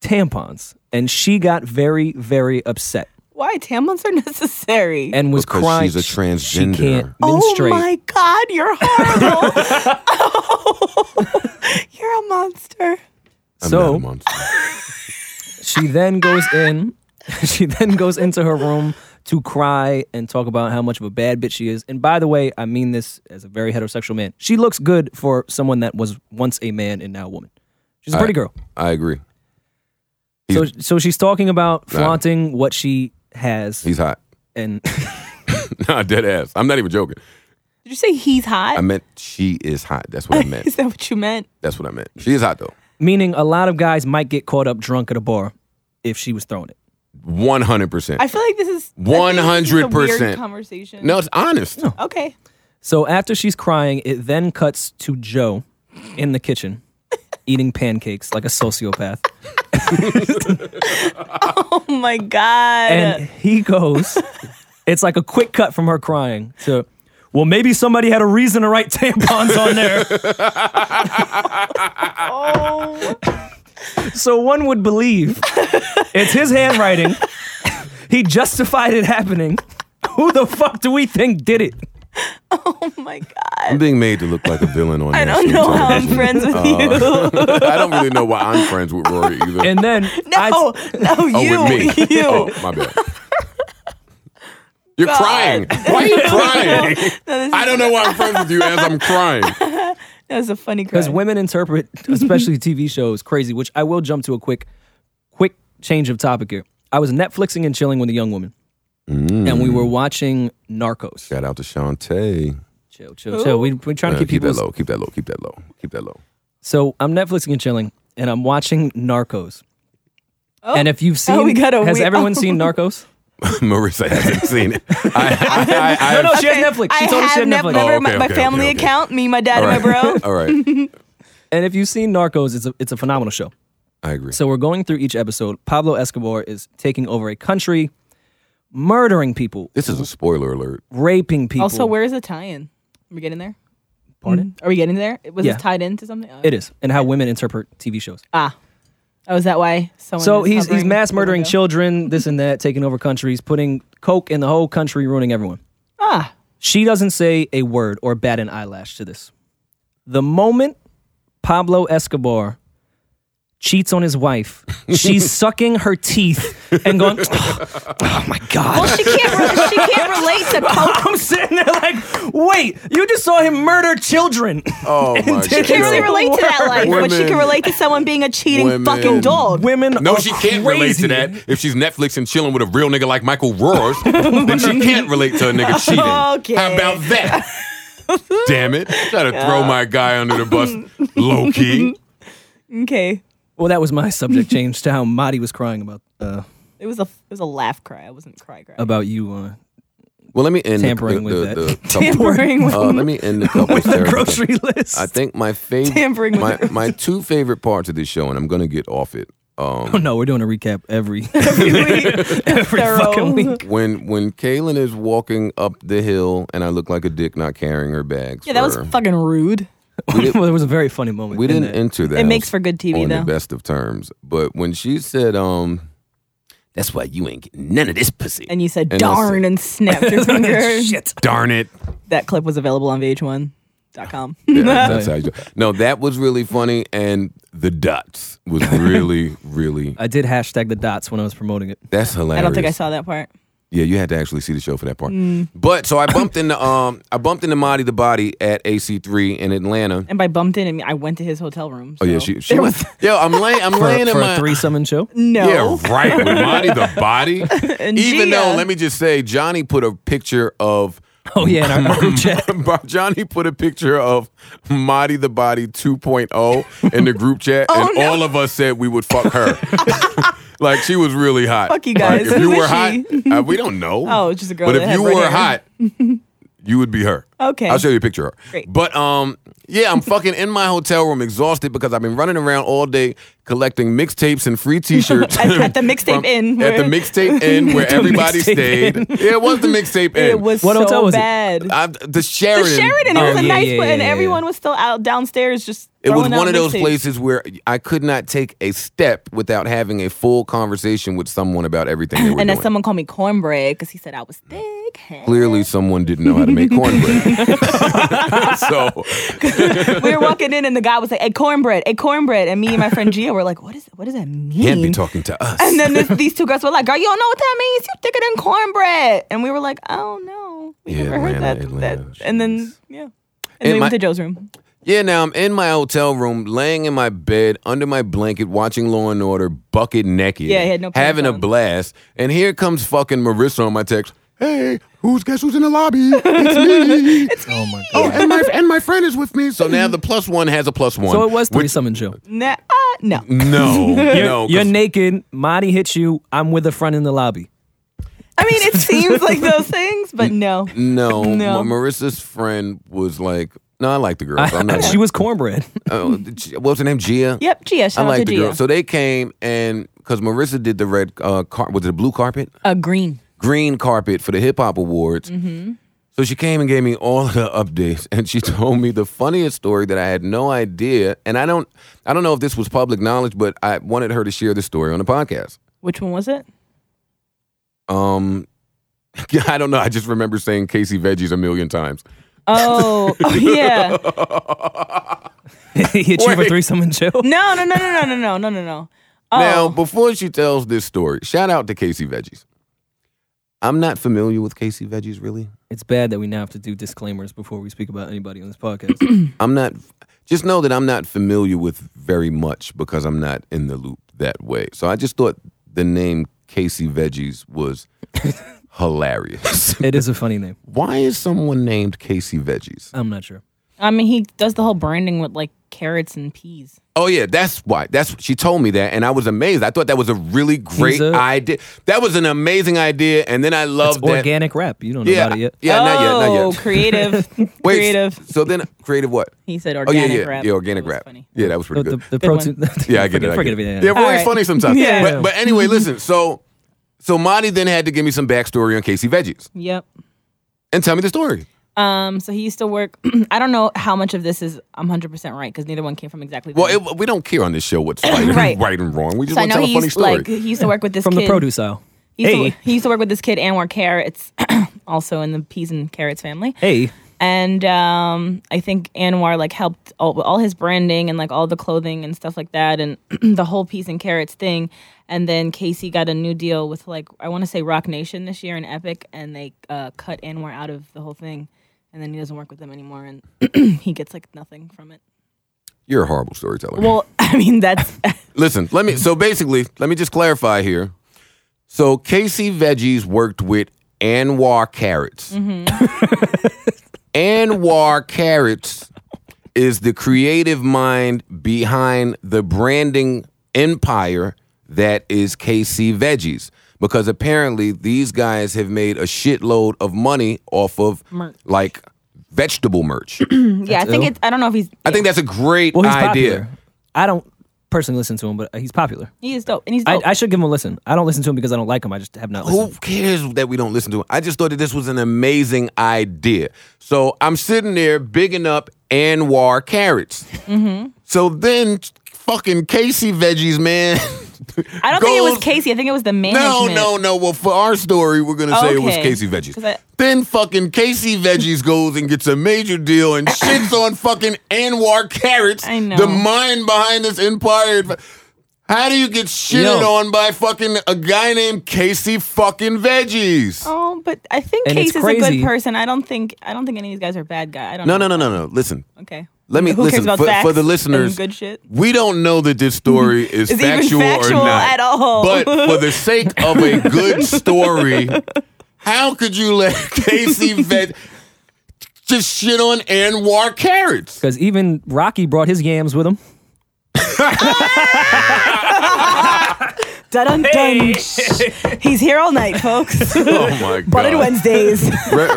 Tampons. And she got very, very upset
Why tampons are necessary.
and was
Because
crying.
she's a transgender.
She can't
oh
menstruate.
my god, you're horrible. Oh, [LAUGHS] you're a monster.
I'm
So-
not a monster.
She then goes in. [LAUGHS] she then goes into her room to cry and talk about how much of a bad bitch she is. And by the way, I mean this as a very heterosexual man. She looks good for someone that was once a man and now a woman. She's a pretty girl.
I agree.
So, so she's talking about flaunting what she has,
He's hot. [LAUGHS]
and
nah, dead ass. I'm not even joking.
Did you say he's hot?
I meant she is hot. That's what I
[LAUGHS]
meant.
Is that what you meant?
That's what I meant. She is hot though.
meaning a lot of guys might get caught up drunk at a bar if she was throwing it.
One hundred percent.
I feel like this is I think this is a weird
100%.
conversation.
No, it's honest.
Okay. [LAUGHS]
So after she's crying, it then cuts to Joe in the kitchen eating pancakes like a sociopath.
Oh my god.
and he goes it's like a quick cut from her crying to well maybe somebody had a reason to write tampons on there
oh.
so one would believe it's his handwriting he justified it happening who the fuck do we think did it
oh my god.
I'm being made to look like a villain on.
I don't know how I'm friends
[LAUGHS] Oh.
with you.
I don't really know why I'm friends with Rory
[LAUGHS]
either.
and then
No,
I,
no,
oh,
you,
with [LAUGHS] me.
[LAUGHS] you.
Oh, my bad. You're
God.
crying. Why are [LAUGHS] you crying?
No, this
I don't know why I'm friends with you as I'm crying.
That was a funny cry.
because women interpret
[LAUGHS]
especially tv shows crazy which i will jump to a quick quick change of topic here i was netflixing and chilling with a young woman
Mm.
and we were watching narcos
[LAUGHS] Shout out to Shantae.
chill chill chill we, we're trying to
Uh,
keep
keep that
people
low. Keep that low. Keep that low. Keep [LAUGHS] that low.
So I'm Netflixing and chilling, and I'm watching Narcos. and if you've seen,
Oh, we gotta
has
wait-
everyone
[LAUGHS]
seen Narcos?
Marissa hasn't seen it. [LAUGHS] I, [LAUGHS] I, I,
No, no,
I've-
she has Netflix. She
I
told us
have
she had
never
Netflix.
Oh, okay,
my, my
okay,
family
okay, okay.
account, me, my dad, and my bro.
[LAUGHS] All right.
And if you've seen Narcos, it's a, it's a phenomenal show.
I agree.
So we're going through each episode. Pablo Escobar is taking over a country, murdering people,
this is a spoiler alert.
raping people.
Also, where is the tie-in? Are we getting there? Pardon? Are we getting there? Was
Yeah.
this tied into something? Oh.
it is, and how women interpret TV shows.
Ah. Oh, is that why someone
So
is
he's he's
hovering
mass
the
murdering
window?
children, this and that, taking over countries, putting coke in the whole country, ruining everyone.
Ah.
She doesn't say a word or bat an eyelash to this. The moment Pablo Escobar cheats on his
[LAUGHS]
wife, she's sucking her teeth and going, oh, my
Well,
God.
she can't, re- she can't relate [LAUGHS] to coke.
[LAUGHS] I'm sitting there like, wait, you just saw him murder children.
[LAUGHS] Oh my
She
She can't really
Girl.
relate to that life, but she
Women.
can relate to someone being a cheating
Women.
fucking dog.
[LAUGHS] Women
[LAUGHS]
No,
are
she can't relate
crazy.
to that. If she's Netflix and chilling with a real nigga like Michael Roars, then
[LAUGHS]
she can't relate to a nigga cheating.
Okay.
How about that? Damn it. Try to throw my guy under the bus low key.
Okay.
[LAUGHS]
Well, that was my subject change to how Madi was crying about uh,
It was a it was a laugh cry. I wasn't cry [LAUGHS] cry.
about you uh,
Well, let me end the-
Tampering
the,
with
the-
that.
the
[LAUGHS]
couple-
tampering with
uh, let me end the
[LAUGHS]
couple
with [LAUGHS] the
stereotypes.
grocery list.
I think my favorite,
tampering with
my, my two favorite parts of this show, and I'm gonna get off it. Um,
oh
[LAUGHS]
no, we're doing a recap every
[LAUGHS]
[LAUGHS] every
Thorough.
fucking week.
when when Kaylin is walking up the hill, and I look like a dick not carrying her bags.
Yeah, that was
for-
fucking rude.
[LAUGHS] well, there was a very funny moment.
We
in
didn't
that.
enter that.
It makes for good TV
on the
though.
best of terms. But when she said, um, that's why you ain't getting none of this pussy.
And you said
And that's
darn and [LAUGHS] snapped your finger.
Shit.
Darn it.
That clip was available on VH1.com.
[LAUGHS] Yeah, [LAUGHS] that's how you do. it. No, that was really funny. And the dots was
[LAUGHS]
really, really,
I did hashtag the dots when I was promoting it.
that's hilarious.
[LAUGHS] I don't think I saw that part.
Yeah, you had to actually see the show for that part.
Mm.
But so I bumped
[LAUGHS]
into, um, I bumped into Marty the Body at AC3 in Atlanta.
And by bumped in, I mean I went to his hotel room.
Oh yeah,
so
she, she
there
was,
was
yo, I'm laying,
[LAUGHS]
I'm
For,
laying in
for
my
a threesome
[LAUGHS]
and show?
no.
Yeah, right. With Monty the body.
[LAUGHS] And
Even
Gia.
though, let me just say, Johnny put a picture of.
Oh, yeah, in our group
[LAUGHS]
chat.
Johnny put a picture of Marty the Body 2.0 in the group
[LAUGHS]
chat, and
Oh, no.
all of us said we would fuck her.
[LAUGHS]
like she was really hot.
Fuck you
Like,
guys.
if you
Who
were
is
hot,
she? [LAUGHS]
uh, we don't know.
Oh, it's just a girl
But
that
if
had
you
red
were
hair.
hot, you would be her.
Okay.
I'll show you a picture of her.
Great.
But um, yeah, I'm fucking in my hotel room, exhausted because I've been running around all day collecting mixtapes and
[LAUGHS]
free T-shirts
At- at the Mixtape
from-
Inn,
At the
where-
mixtape inn where
The
everybody
Mixtape
stayed.
Inn.
Yeah, it was the mixtape inn.
[LAUGHS] It was
What
so
hotel was it?
bad.
I, the
the
Sheridan.
Sheridan. It
Oh,
was a
yeah,
nice
yeah,
place, and
yeah, yeah.
everyone was still out downstairs just.
It was
throwing out
one of those
mixtapes.
places where I could not take a step without having a full conversation with someone about everything they
[LAUGHS]
were
And
doing.
then someone called me cornbread because he said I was thick.
Clearly, someone didn't know how to make cornbread. [LAUGHS]
[LAUGHS]
so
we were walking in, and the guy was like, "A cornbread, a cornbread," and me and
[LAUGHS]
my friend Gia were like, "What is? What does that mean?"
can't be talking to us.
and then this, these two girls were like, "Girl, you don't know what that means. You thicker than cornbread." And we were like, "Oh no, we
Yeah,
never heard
Atlanta,
that."
Atlanta,
that. And then
jeez.
yeah, and
my-
we went to Joe's room.
Yeah, now I'm in my hotel room, laying in my bed, under my blanket, watching Law and Order, bucket naked.
Yeah, he had no pants
having a
on.
blast. And here comes fucking Marissa on my text. Hey, who's guess who's in the lobby? It's me.
[LAUGHS]
Oh, my
oh,
God.
and my and my friend is with me. So now the plus one has a plus one.
So it was
which-
threesome and show.
Nah, uh,
[LAUGHS]
no, [LAUGHS]
No, [LAUGHS] no. 'cause-
You're naked. Marty hits you. I'm with a friend in the lobby.
I mean it seems like those things,
[LAUGHS]
but no.
no,
[LAUGHS] No.
Ma- Marissa's friend was like, no, I like the girl. so I'm
[LAUGHS]
not.
she was cornbread. [LAUGHS]
oh, G- what was her name? Gia.
Yep, Gia.
I
Shout out
like
to
the
Gia.
girl. So they came and because Marissa did the red uh, car, was it a blue carpet?
uh, green.
green carpet for the hip hop awards. So she came and gave me all the [LAUGHS] updates, and she told me the funniest story that I had no idea. And I don't, I don't know if this was public knowledge, but I wanted her to share this story on the podcast. [LAUGHS]
Which one was it?
Um, I don't know. I just remember saying Casey Veggies a million times. [LAUGHS]
Oh, oh, yeah.
he hit you for
Wait.
threesome and show.
No, no, no, no, no, no, no, no, no, no. Oh,
Now, before she tells this story, shout out to Casey Veggies. I'm not familiar with Casey Veggies, really.
It's bad that we now have to do disclaimers before we speak about anybody on
[LAUGHS]
this podcast.
I'm not. Just know that I'm not familiar with very much because I'm not in the loop that way. So I just thought the name Casey Veggies
[LAUGHS]
was hilarious.
it is a funny name.
Why is someone named Casey Veggies?
I'm not sure.
I mean, he does the whole branding with like carrots and peas.
Oh yeah, that's why. That's she told me that, and I was amazed. I thought that was a really great
a-
idea. That was an amazing idea, and then I
It's
loved that.
organic rap. You don't know
yeah,
about it yet.
yeah,
oh,
Uh, not yet, not yet. [LAUGHS]
creative,
Wait,
creative.
So then, creative what?
He said
Oh yeah,
organic
yeah,
rap.
yeah, organic
That was
rap.
funny.
Yeah, that was
The,
pretty
the,
good.
the protein.
[LAUGHS]
[LAUGHS]
Yeah, I get it. I
forget
get
about
it.
that.
Yeah, we're
All right.
funny sometimes.
Yeah. Mm-hmm.
But, but anyway, listen. So, so Monty then had to give me some backstory on Casey Veggies
Yep.
and tell me the story.
Um, so he used to work. [CLEARS THROAT] I don't know how much of this is I'm 100 percent right because neither one came from exactly. the
Well,
same-
it, we don't care on this show
[COUGHS]
what's right,
Right.
right and wrong. We just
so I
want to
know
tell
he
a funny
used
story.
like he used to work with this
From
kid.
the produce aisle.
He used,
Hey.
to, he used to work with this kid Anwar Carrots, [CLEARS THROAT] also in the peas and carrots family.
Hey,
and um, I think Anwar like helped all, all his branding and like all the clothing and stuff like that, and [CLEARS THROAT] the whole peas and carrots thing. And then Casey got a new deal with like I want to say Rock Nation this year and Epic, and they uh, cut Anwar out of the whole thing, and then he doesn't work with them anymore, and [CLEARS THROAT] he gets like nothing from it.
You're a horrible storyteller.
Well, [LAUGHS] I mean that's
listen. Let me. So basically, let me just clarify here. So Casey Veggies worked with Anwar Carrots. [LAUGHS] Anwar Carrots is the creative mind behind the branding empire that is KC Veggies. Because apparently these guys have made a shitload of money off of like vegetable merch.
yeah, I think
ill.
it's. I don't know if he's.
I think that's a great
Well, he's
idea.
popular. I don't personally listen to him, but he's popular.
he is dope, and he's
I,
dope.
I should give him a listen. I don't listen to him because I don't like him. I just have not listened.
Oh. Who cares that we don't listen to him? I just thought that this was an amazing idea. So I'm sitting there bigging up Anwar Carrots.
Mm-hmm.
So then fucking Casey Veggies, man. [LAUGHS]
I don't think it was
goes-
Casey. I think it was the [LAUGHS]
No,
management.
no, no. Well, for our story, we're gonna say it was
Okay.
Casey
'Cause
Veggies.
I-
then fucking Casey Veggies goes and gets a major deal
[LAUGHS]
and shits on fucking Anwar Carrots,
I know.
the mind behind this empire. How do you get shitted
Yo.
on by fucking a guy named Casey fucking Veggies?
Oh, but I think
And it's
Casey's a good
crazy.
person. I don't think. I don't think any of these guys are bad guy. I don't.
No,
know.
no, no, no, no. Listen,
Okay.
Let me-
Who
listen,
cares about
for-
facts
for the
and
listeners-
Good shit.
we don't know that this
[LAUGHS]
story is,
Is it even
factual,
factual
or not
at all?
But for the sake of a
[LAUGHS]
good story, how could you let [LAUGHS] Casey Vet just shit on Anwar Carrots?
Because even Rocky brought his
[LAUGHS]
yams with him.
Dun dun dun. He's here all night, folks.
Oh my god!
Butted Wednesdays.
Re- [LAUGHS]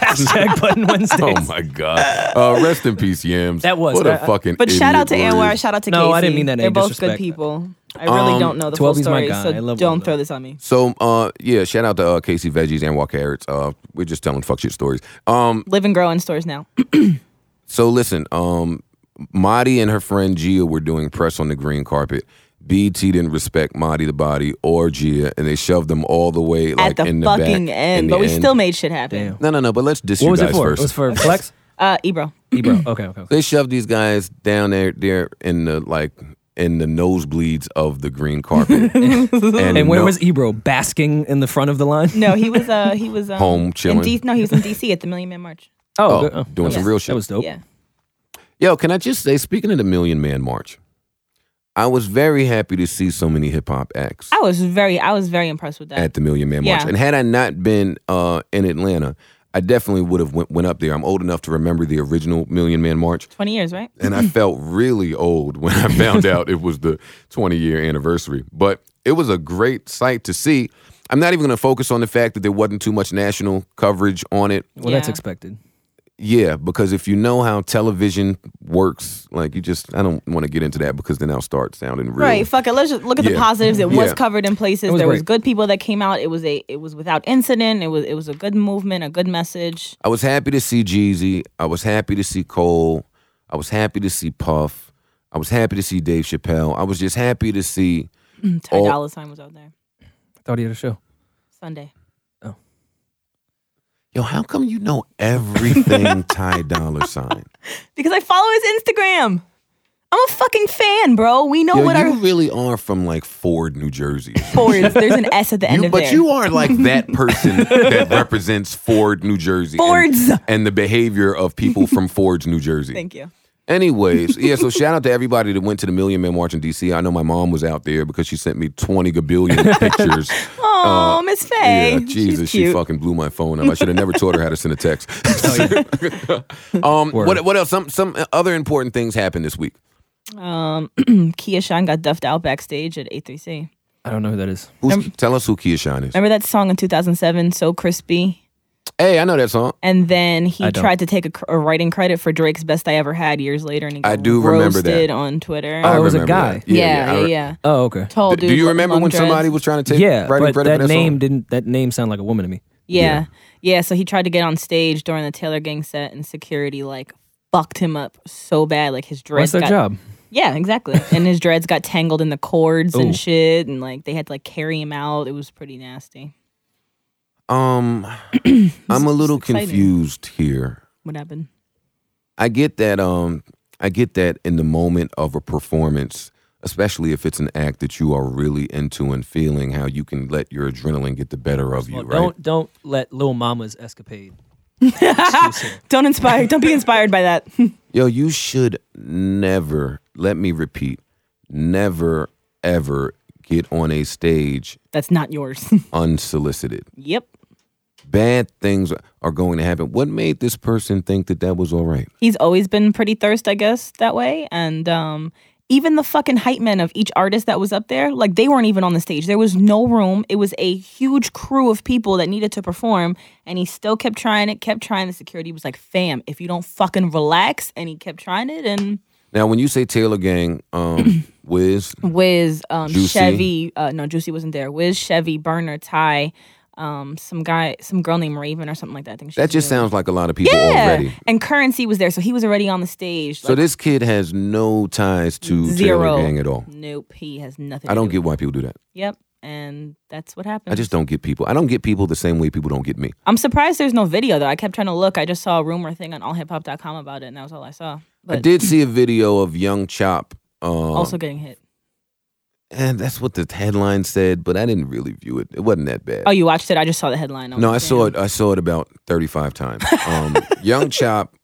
Hashtag Button Wednesday.
oh my god! Uh, rest in peace, Yams.
That was-
what a
I- I-
fucking.
But shout out to
idiot Warriors.
Anwar. Shout out to Casey.
No, I didn't mean that in
They're
any
both
disrespect.
good people. I really
Um,
don't know the full
12 is my
story,
guy. I
so
love
don't
Wanda.
throw this on me.
So uh, yeah, shout out to uh, Casey Veggies, Anwar Carrots. Uh, we're just telling fuck shit stories. Um,
Live and grow in stores now.
So listen, um, Madi and her friend Gia were doing press on the green carpet. BT didn't respect Madi the body or Gia, and they shoved them all the way like
At the
in the
fucking
back, in
end.
the
But we
end.
still made shit happen.
Damn.
No, no, no. But let's diss
What
you
was
guys
it for?
first.
It
[LAUGHS]
was for Flex?
Uh, Ebro.
Ebro. Okay, okay, okay.
they shoved these guys down there, there in the like in the nosebleeds of the green
[LAUGHS]
carpet. and,
And where
no-
was Ebro? Basking in the front of the line?
No, he was uh he was um,
Home chilling.
In D- no, he was in DC at the Million Man March.
Oh,
good.
doing
that
some
was-
real shit.
That was dope.
Yeah.
Yo, can I just say, speaking of the Million Man March, I was very happy to see so many hip hop acts.
I was very I was very impressed with that.
at the Million Man March.
Yeah.
And had I not been uh, in Atlanta, I definitely would have went, went up there. I'm old enough to remember the original Million Man March,
Twenty years, right?
and I felt really old when
[LAUGHS]
I found out it was the 20 year anniversary. But it was a great sight to see. I'm not even going to focus on the fact that there wasn't too much national coverage on it.
Well, that's
Yeah.
expected.
Yeah, because if you know how television works, like you just, I don't want to get into that because then I'll start sounding real.
Right. Fuck it. Let's just look at
Yeah.
the positives. It was
Yeah.
covered in places.
was
there was
great.
good people that came out. It was a it was without incident. It was it was a good movement, a good message.
I was happy to see Jeezy. I was happy to see Cole. I was happy to see Puff. I was happy to see Dave Chappelle. I was just happy to see.
Ty
Oh.
Dolla Sign was out there
Thought he had a show.
Sunday.
Yo, how come you know
[LAUGHS]
everything Ty Dollar Sign?
Because I follow his Instagram. I'm a fucking fan, bro. We know
Yo,
what
you
our
really are from like Ford, New Jersey.
Fords.
[LAUGHS]
There's an S at the end
You,
of
but
there.
you are like
[LAUGHS]
that person that represents Ford, New Jersey. and-
Fords.
And, the behavior of people
[LAUGHS]
from Ford's, New Jersey.
Thank you.
Anyways, yeah,
[LAUGHS]
so shout out to everybody that went to the Million Man March in DC. I know my mom was out there because she sent me 20
[LAUGHS]
gabillion pictures.
Oh, Miss Faye.
Uh, Yeah, Jesus,
She's
she
cute.
fucking blew my phone up. I should have never taught her how to send a
[LAUGHS]
text. um, what what else? Some some other important things happened this week.
um, Kia Shine got duffed out backstage at A3C.
I don't know who that is.
Who's, tell us who Kia Shine is.
Remember that song in 2007, So Crispy?
Hey, I know that song.
And then he
I don't.
tried to take a, cr- a writing credit for Drake's Best I Ever Had years later, and he got
I do remember that.
roasted on Twitter.
I
Oh, it was a
remember
guy.
that.
yeah, yeah,
I
yeah,
re-
Oh, okay.
Tall
D-
dude.
Do you
lo-
remember
long
when
dreads.
somebody was trying to take
Yeah,
writing credit
but
for
that
that
name
song?
didn't. That name sounded like a woman to me.
Yeah. yeah, So he tried to get on stage during the Taylor Gang set, and security like fucked him up so bad. Like his dreads
What's their
got
job?
Yeah,
[LAUGHS]
exactly. and his dreads got tangled in the cords
Ooh.
and shit, and like they had to like carry him out. It was pretty nasty.
[CLEARS THROAT]
Um, I'm a little
It's exciting.
confused here.
What happened?
I get that. Um, I get that in the moment of a performance, especially if it's an act that you are really into and feeling, how you can let your adrenaline get the better of you,
Well,
right?
Don't don't let Lil Mama's escapade.
Don't inspire. Don't be inspired by that. [LAUGHS]
Yo, you should never. Let me repeat. Never ever get on a stage
That's not yours. [LAUGHS]
unsolicited.
yep.
Bad things are going to happen. What made this person think that that was all right?
He's always been pretty thirst, I guess, that way. And um, even the fucking hype men of each artist that was up there, like they weren't even on the stage. There was no room. It was a huge crew of people that needed to perform, and he still kept trying it, kept trying. The security was like, "Fam, if you don't fucking relax," and he kept trying it. And
Now, when you say Taylor Gang,
[CLEARS THROAT]
um, Wiz,
Wiz, um,
Juicy.
Chevy, uh, no, Juicy wasn't there. Wiz, Chevy, Burner, Ty, um, some guy, some girl named Raven or something like that. I think she's
that just
new.
sounds like a lot of people
Yeah.
already.
And Currency was there, so he was already on the stage.
So this kid has no ties to
Zero.
Taylor Gang at all.
Nope, he has nothing.
I
to
don't
do
get
with
why people do that.
it. Yep, and that's what happened.
I just don't get people. I don't get people the same way people don't get me.
I'm surprised there's no video though. I kept trying to look. I just saw a rumor thing on allhiphop.com about it, and that was all I saw. But
I did see a video of Young Chop. Um,
also getting hit.
and that's what the headline said, but I didn't really view it. It wasn't that bad.
Oh, you watched it? I just saw the headline.
No, I saw it. I saw it about thirty-five times.
[LAUGHS]
Um, Young Chop,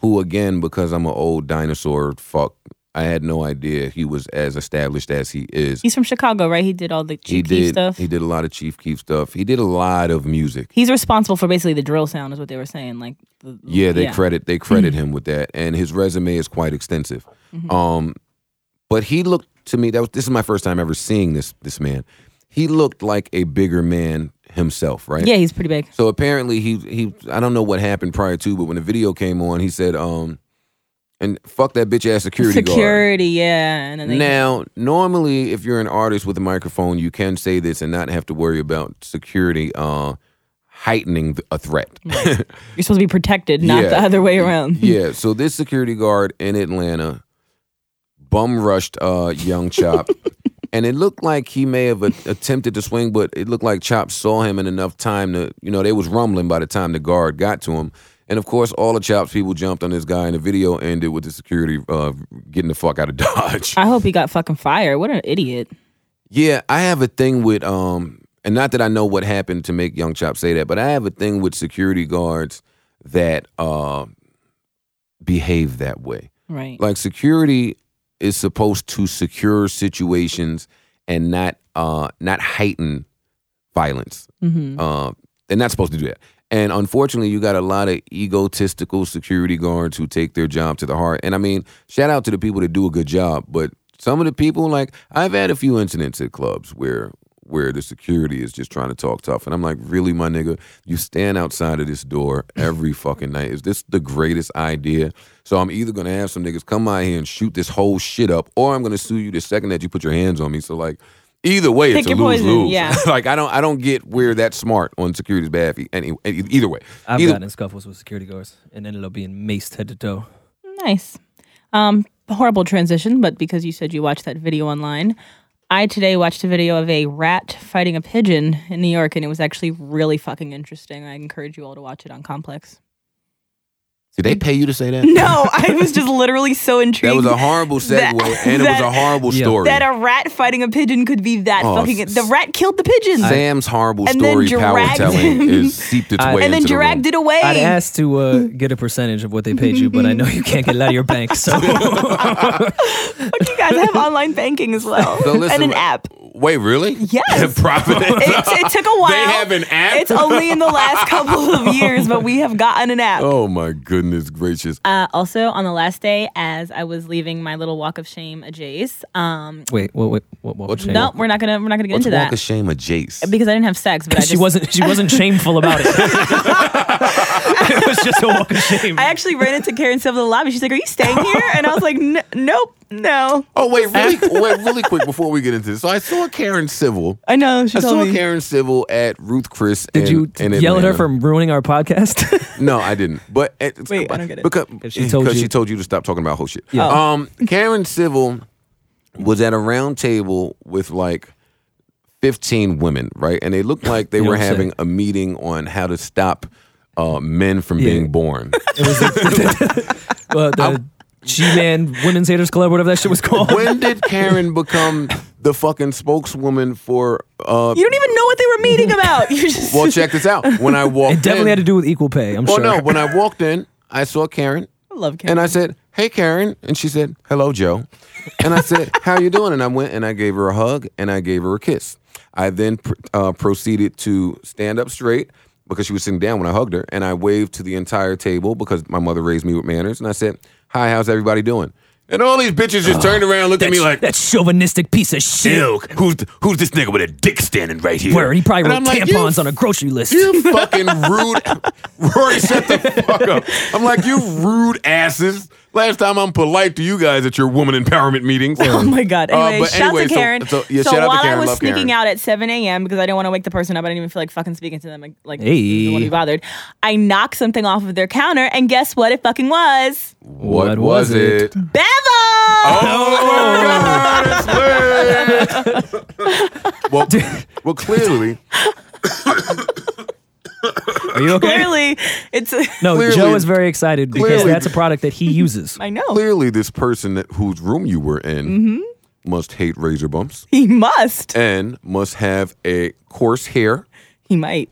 who again, because I'm an old dinosaur, fuck, I had no idea he was as established as he is.
He's from Chicago, right? He did all the
he
cheap
did.
stuff.
He did a lot of Chief Keef stuff. He did a lot of music.
He's responsible for basically the drill sound, is what they were saying. Like, the,
Yeah, they credit they credit
Mm-hmm.
him with that, and his resume is quite extensive. Um, but he looked to me that was this is my first time ever seeing this this man. He looked like a bigger man himself, right?
Yeah, he's pretty big.
So apparently he he I don't know what happened prior to, but when the video came on, he said, um, and fuck that bitch ass security, guard.
Security, yeah. And then they,
Now, normally, if you're an artist with a microphone, you can say this and not have to worry about security uh, heightening th- a threat.
you're supposed to be protected, not
Yeah.
the other way around.
yeah. So this security guard in Atlanta bum rushed uh, young Chop, and it looked like he may have a- attempted to swing, but it looked like Chop saw him in enough time to you know they was rumbling by the time the guard got to him. And of course, all of Chop's people jumped on this guy, and the video ended with the security uh, getting the fuck out of [LAUGHS] Dodge.
I hope he got fucking fired. What an idiot.
Yeah, I have a thing with um, and not that I know what happened to make Young Chop say that, but I have a thing with security guards that uh, behave that way.
Right.
Like security is supposed to secure situations and not uh, not heighten violence.
mm-hmm.
Uh, they're not supposed to do that. And unfortunately, you got a lot of egotistical security guards who take their job to the heart. And I mean, shout out to the people that do a good job, but some of the people, like I've had a few incidents at clubs where where the security is just trying to talk tough, and I'm like, really, my nigga, you stand outside of this door every
[LAUGHS]
fucking night. Is this the greatest idea? So I'm either gonna have some niggas come out here and shoot this whole shit up, or I'm gonna sue you the second that you put your hands on me. So like, either way,
Pick
it's a
your
lose
poison,
lose.
yeah.
[LAUGHS] like I don't I don't get where that smart on security's bad. e- Any, e- either way,
I've
either,
gotten in scuffles with security guards and ended up being maced head to toe.
Nice. Um, horrible transition, but because you said you watched that video online, I today watched a video of a rat fighting a pigeon in New York, and it was actually really fucking interesting. I encourage you all to watch it on Complex.
did they pay you to say that?
[LAUGHS] No, I was just literally so intrigued.
that was a horrible segue,
[LAUGHS] That-
and it was a
that-
horrible
Yeah.
story.
that a rat fighting a pigeon could be that
Oh,
fucking.
s-
The rat killed the pigeon,
Sam's horrible
And then
story power
dragged
telling
him.
is seeped its
I-
way
and then
into the room.
dragged it away.
I'd ask to uh, get a percentage of what they paid you, but I know you can't get it out of your bank.
[LAUGHS]
So [LAUGHS]
Fuck you guys I have online banking as [LAUGHS] well,
So listen,
and an app.
Wait, really? [LAUGHS]
Yes.
Profit.
It, it [LAUGHS] took a while.
have an app?
It's only in the last couple [LAUGHS] of years, but we have gotten an app.
oh my goodness gracious!
Uh, also, on the last day, as I was leaving my little walk of shame, at Jace. Um,
wait, what? Wait, what? what
What's-
shame?
no, we're not gonna we're not gonna get
What's
into
walk
that
of shame of Jace?
because I didn't have sex, but I just,
she wasn't. She wasn't shameful about [LAUGHS] it. it was just a walk of shame.
I actually ran into Karen Silva in the lobby. She's like, "Are you staying here?" And I was like, "N- "Nope, no."
Oh wait, really,
[LAUGHS]
wait, really quick before we get into this. So I saw Karen Civil.
I know. She
I
told
saw
me.
Karen Civil at Ruth Chris.
Did
in-
you
in
yell at her
Atlanta.
for ruining our podcast? [LAUGHS]
No, I didn't. But it's,
Wait, I don't get it.
Because,
'Cause she told
because
you-
she told you to stop talking about whole shit.
Yeah. Oh.
Um, Karen Civil was at a round table with like 15 women, right? And they
[LAUGHS]
looked like they
You know
were
what I'm
having a meeting on how to stop uh, men from being
[LAUGHS]
born.
It was the, uh, the G-Man Women's Haters Club, whatever that shit was called.
[LAUGHS] when did Karen become the fucking spokeswoman for? Uh,
You don't even know what they were meeting about. You're just
well, check this out. When
[LAUGHS]
I walked
It definitely had to do with equal pay. I'm
Oh
sure.
no! When I walked in, I saw Karen.
I love Karen.
And I said, "Hey, Karen," and she said, "Hello, Joe." And I said, "How you doing?" And I went and I gave her a hug and I gave her a kiss. I then pr- uh, proceeded to stand up straight because she was sitting down when I hugged her, and I waved to the entire table because my mother raised me with manners. And I said, "Hi, how's everybody doing?" And all these bitches just turned around, looked at me like,
that chauvinistic piece of shit.
Silk, who's who's this nigga with a dick standing right here?
Word, he probably
And
wrote
I'm like, you
tampons on a grocery list. [LAUGHS]
You fucking rude. [LAUGHS] Rory, shut the fuck up. I'm like, you rude asses. Last time I'm polite to you guys at your woman empowerment meetings.
[LAUGHS] Oh my god!
Uh,
Anyway,
but
shout out
anyway,
to
so-
Karen.
So, yeah, shout out to
while
Karen.
I was
Love
sneaking
Karen.
out at 7 a.m. because I didn't want to wake the person up, I didn't even feel like fucking speaking to them. Like, like
Hey.
didn't want to be bothered. I knocked something off of their counter, and guess what? It fucking was
What,
What
was
was it?
[LAUGHS]
it?
Bevel. [LAUGHS]
Oh, my God, it's lit. well, well, clearly,
Are you okay?
Clearly, it's.
No,
Clearly.
Joe is very excited because
Clearly.
that's a product
[LAUGHS]
that he uses.
I know
clearly, this person that, whose room you were in
Mm-hmm.
must hate razor bumps
he must.
and must have a coarse hair.
He might.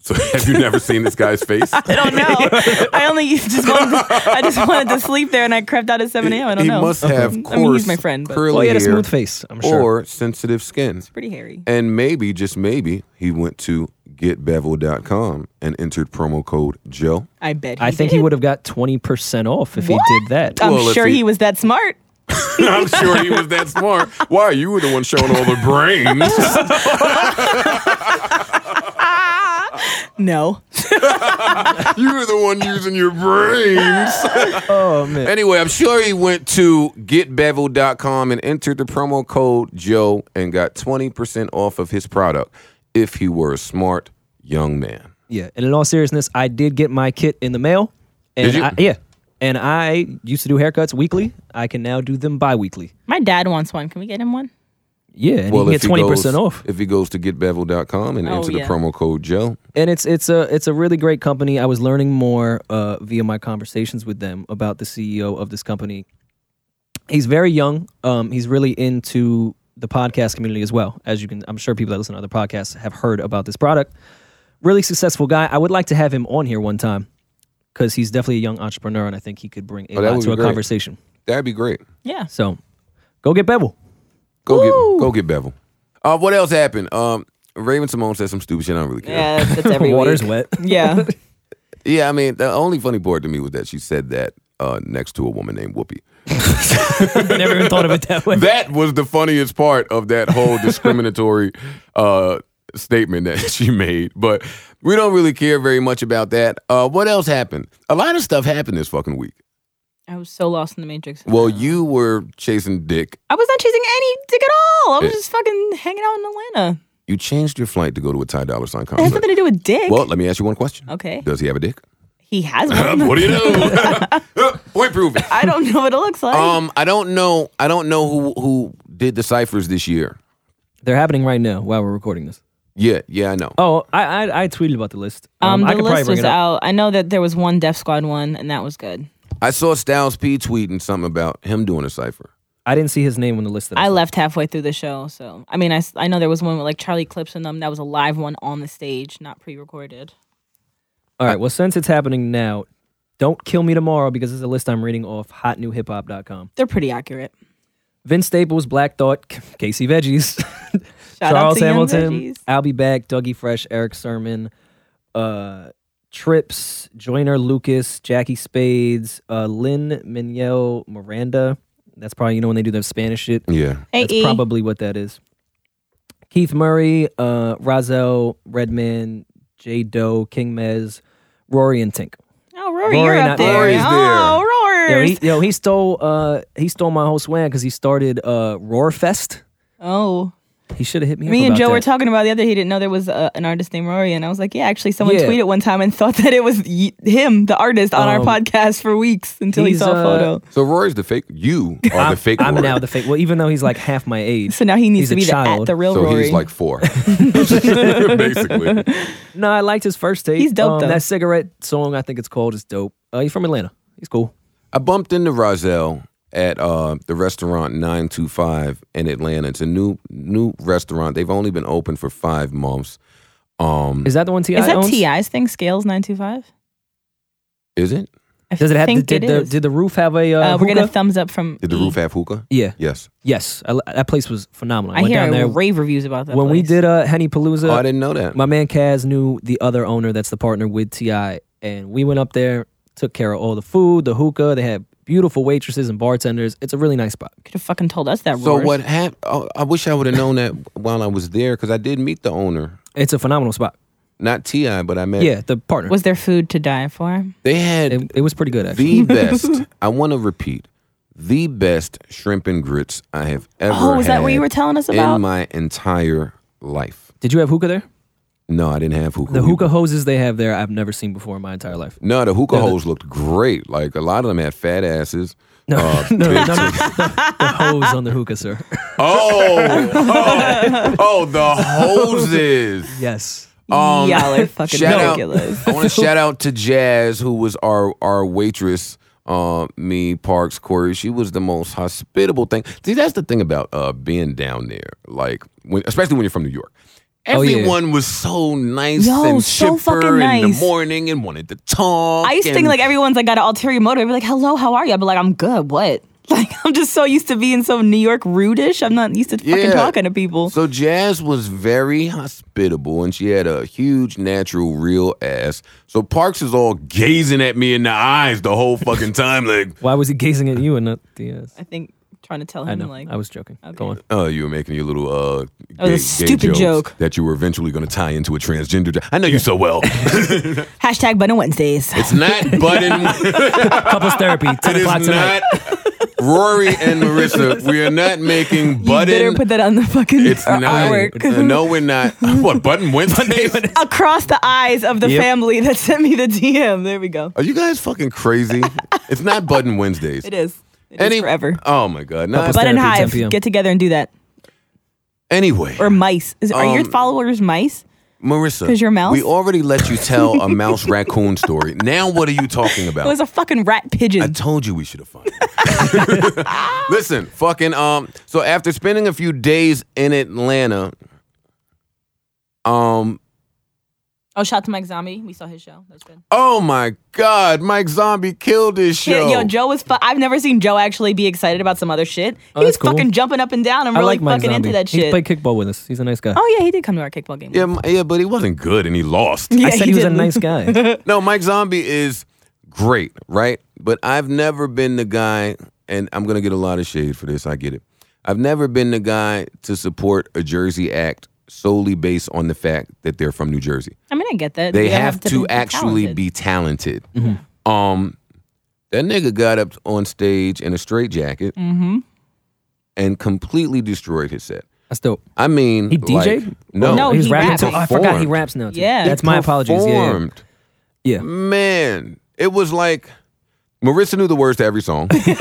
So, [LAUGHS] have you never seen this guy's face?
I [LAUGHS] don't know. I only just wanted to, I just wanted to sleep there, and I crept out at 7 a.m. I don't
he
know.
must have coarse,
I mean, he's my friend, but-
curly
Well, he had a
hair
smooth face, I'm sure.
or sensitive skin.
Pretty hairy.
And maybe, just maybe, he went to getbevel.com and entered promo code Joe.
I bet. He
I think
did.
he would have got 20% off if he did that.
I'm
Well, if
sure
he-
he was that smart.
[LAUGHS] I'm sure he was that smart. Why? You were the one showing all the brains.
No.
[LAUGHS]
[LAUGHS]
you were the one using your brains.
[LAUGHS] oh, man.
anyway, I'm sure he went to getbevel.com and entered the promo code Joe and got 20% off of his product if he were a smart young man.
Yeah. And in all seriousness, I did get my kit in the mail. And
Did you?
I, yeah. And I used to do haircuts weekly. I can now do them bi weekly.
My dad wants one. Can we get him one?
Yeah. And you
if
can get 20%
goes-
off.
If he goes to getbevel.com and
Oh,
enter
yeah.
the promo code Joe.
and it's it's a it's a really great company. I was learning more uh, via my conversations with them about the CEO of this company. He's very young. Um, he's really into the podcast community as well. As you can, I'm sure people that listen to other podcasts have heard about this product. Really successful guy. I would like to have him on here one time because he's definitely a young entrepreneur, and I think he could bring a
Oh, that
lot
would
to
be
a
great.
conversation.
That'd be great.
Yeah.
So, go get Bevel.
Go get go get Bevel. Uh, what else happened? Um, Raven Simone said some stupid shit. I don't really care. Yeah.
[LAUGHS] Yeah, that's every
Water's
week.
wet.
[LAUGHS]
Yeah.
I mean, the only funny part to me was that she said that uh, next to a woman named Whoopi.
Never even thought of it that way.
That was the funniest part of that
[LAUGHS]
whole discriminatory uh, statement that she made. But we don't really care very much about that. Uh, what else happened? A lot of stuff happened this fucking week.
[LAUGHS] I was so lost in the Matrix.
Well, you were chasing dick.
I was not chasing any dick at all. I was
It-
just fucking hanging out in Atlanta.
You changed your flight to go to a Ty Dolla Sign
It has
concert.
nothing to do with dick.
Well, let me ask you one question.
okay.
Does he have a dick?
He has one.
Uh, [LAUGHS] what do you
[LAUGHS]
know? [LAUGHS] Point proven.
I don't know what it looks like.
Um, I don't know. I don't know who who did the ciphers this year.
They're happening right now while we're recording this.
Yeah, yeah, I know.
Oh, I I, I tweeted about the list.
Um,
I
the
could probably
list
bring
was
it up.
out. I know that there was one Def Squad one, and that was good.
I saw Styles P tweeting something about him doing a cipher.
I didn't see his name on the list. That I,
I
saw.
left halfway through the show, so I mean, I, s- I know there was one with like Charlie Clips in them. That was a live one on the stage, not pre-recorded.
All right. Well, since it's happening now, don't kill me tomorrow because it's a list I'm reading off hotnewhiphop.com.
They're pretty accurate.
Vince Staples, Black Thought, Casey Veggies, [LAUGHS]
Shout out
Charles
to Young
Hamilton,
Veggies.
I'll Be Back, Dougie Fresh, Eric Sermon, uh, Trips, Joyner Lucas, Jackie Spades, uh, Lynn Manuel Miranda. That's probably, you know, when they do their Spanish shit.
Yeah,
Hey,
That's
E.
probably what that is. Keith Murray, uh, Razel, Redman, J. Doe, King Mez, Rory, and Tink.
oh, Rory,
Rory
you're
not-
up there.
Rory's there.
Oh,
Yo,
Rory.
he, yo, he stole uh, he stole my whole swag because he started uh, Roarfest.
oh.
He should have hit me. up
Me and
about
Joe were
that.
talking about the other. He didn't know there was uh, an artist named Rory, and I was like, "Yeah, actually, someone
Yeah.
tweeted one time and [LAUGHS] thought that it was y- him, the artist, on our
Um,
podcast for weeks until he
he's,
saw a
uh,
photo.
So Rory's the fake. You are
[LAUGHS]
the fake.
I'm
Rory.
now the fake. Well, even though he's like half my age,
So now he needs
he's
to
a
be the, at
child,
the real
so
Rory.
he's like
[LAUGHS]
four, [LAUGHS] basically.
no, I liked his first tape.
He's dope,
Um,
though.
That cigarette song, I think it's called, is dope. Uh, he's from Atlanta. He's cool.
I bumped into Razel at uh, the restaurant 925 in Atlanta. It's a new new restaurant. They've only been open for five months. Um,
Is that the one Ti
is that
owns?
Ti's thing? Scales nine two five.
is it?
Does it have?
Think
did,
it
the,
is.
did the roof have a? Uh,
Uh, we're gonna
hookah?
thumbs up from.
Did the
E.
roof have hookah?
yeah.
Mm-hmm. Yes.
Yes. I, that place was phenomenal. I,
I
went down
hear
there
rave reviews about that.
when we
place.
did uh, Henny
Oh, I
Palooza.
didn't know that.
my man Kaz knew the other owner that's the partner with Ti, and we went up there, took care of all the food, the hookah. They had beautiful waitresses and bartenders. It's a really nice spot.
Could have fucking told us that.
So
Roars.
what happened? Oh, I wish I would have known that while I was there because I did meet the owner,
It's a phenomenal spot.
not Ti, but I met.
Yeah, the partner.
was there food to die for?
they had
[LAUGHS] it, it was pretty good actually.
the best. I want to repeat, the best shrimp and grits I have ever.
Oh, was that what
had
you were telling us about?
In my entire life.
Did you have hookah there?
No, I didn't have hookah.
The
We-
hookah hoses they have there, I've never seen before in my entire
[LAUGHS]
life.
No, the hookah
No, the-
holes looked great. Like a lot of them had fat asses.
No,
Uh,
[LAUGHS] no, no,
big
no, no, the hose on the hookah,
[LAUGHS]
sir.
Oh, oh, oh, the hoses.
Yes.
Um, [LAUGHS]
Y'all are fucking
shout out-
ridiculous.
I
[LAUGHS]
want to shout out to Jazz, who was our our waitress. Uh, me, Parks, Corey. She was the most hospitable thing. See, that's the thing about uh being down there, like when, especially when you're from New York.
Oh, yeah.
Everyone was so nice
Yo,
and
so
chipper
fucking
in the
nice.
morning and wanted to talk.
I used to
and-
think like everyone's like got an ulterior motive. I'd be like, hello, how are you? I'd be like, I'm good. What? [LAUGHS] Like, I'm just so used to being so New York rudish. I'm not used to fucking
Yeah.
talking to people.
So Jazz was very hospitable, and she had a huge natural real ass. So Parks is all gazing at me in the eyes the whole fucking time, like,
Why was he gazing at you and not the? Uh,
I think trying to tell
I
him,
know.
like,
I was joking. Go on.
"Oh, you were making your little uh,
That was a stupid
jokes
joke.
that you were eventually going to tie into a transgender." jo- I know you so well.
hashtag Button Wednesdays.
It's
[LAUGHS]
not button.
Couples therapy.
[LAUGHS] it
Ten
is
o'clock tonight.
not. Rory and
[LAUGHS]
Marissa, we are not making
You better
button.
put that on the fucking
It's
our
not.
[LAUGHS] artwork.
Uh, no, we're not. What button Wednesday?
Across the eyes of the
Yep.
family that sent me the DM. There we go.
Are you guys fucking crazy? It's not button Wednesdays.
It is. It is
Any-
forever.
Oh my god. Nah,
Couple
Button
therapy, 10
Hive,
p.m..
get together and do that.
anyway,
Or mice. Is, are your
Um,
followers mice?
Marissa,
'cause you're a mouse?
We already let you
[LAUGHS]
tell a mouse raccoon story. Now what are you talking about?
It was a fucking rat pigeon.
I told you we should have fun. [LAUGHS] Listen, fucking um. So after spending a few days in Atlanta, um.
oh, shout to Mike Zombie. We saw his show. That's good.
Oh my God, Mike Zombie killed his
Yeah,
show.
Yo, Joe was. Fu- I've never seen Joe actually be excited about some other shit.
Oh,
he was
that's cool.
fucking jumping up and down. I'm
I
really
like Mike
fucking
Zombie.
into that
He
shit.
played kickball with us. He's a nice guy.
oh yeah, he did come to our kickball game.
yeah, m- yeah, but he wasn't good and he
[LAUGHS]
lost.
Yeah,
I said he, was a
did. [LAUGHS]
nice guy.
No, Mike Zombie is great, right? But I've never been the guy, and I'm gonna get a lot of shade for this. I get it. I've never been the guy to support a Jersey act solely based on the fact that they're from New Jersey.
I mean, I get that.
They
You
have, to,
be
actually
talented.
be talented. Um, that nigga got up on stage in a straitjacket and completely destroyed his set.
That's dope.
I mean,
He DJ'd?
like, no,
No, Oh,
he was
he
rapping
rapped.
too. I forgot he
Performed.
raps now. Too.
Yeah.
that's my apologies. Yeah,
Performed.
yeah. yeah.
Man, it was like Marissa knew the words to every
[LAUGHS]
song
[LAUGHS] Jersey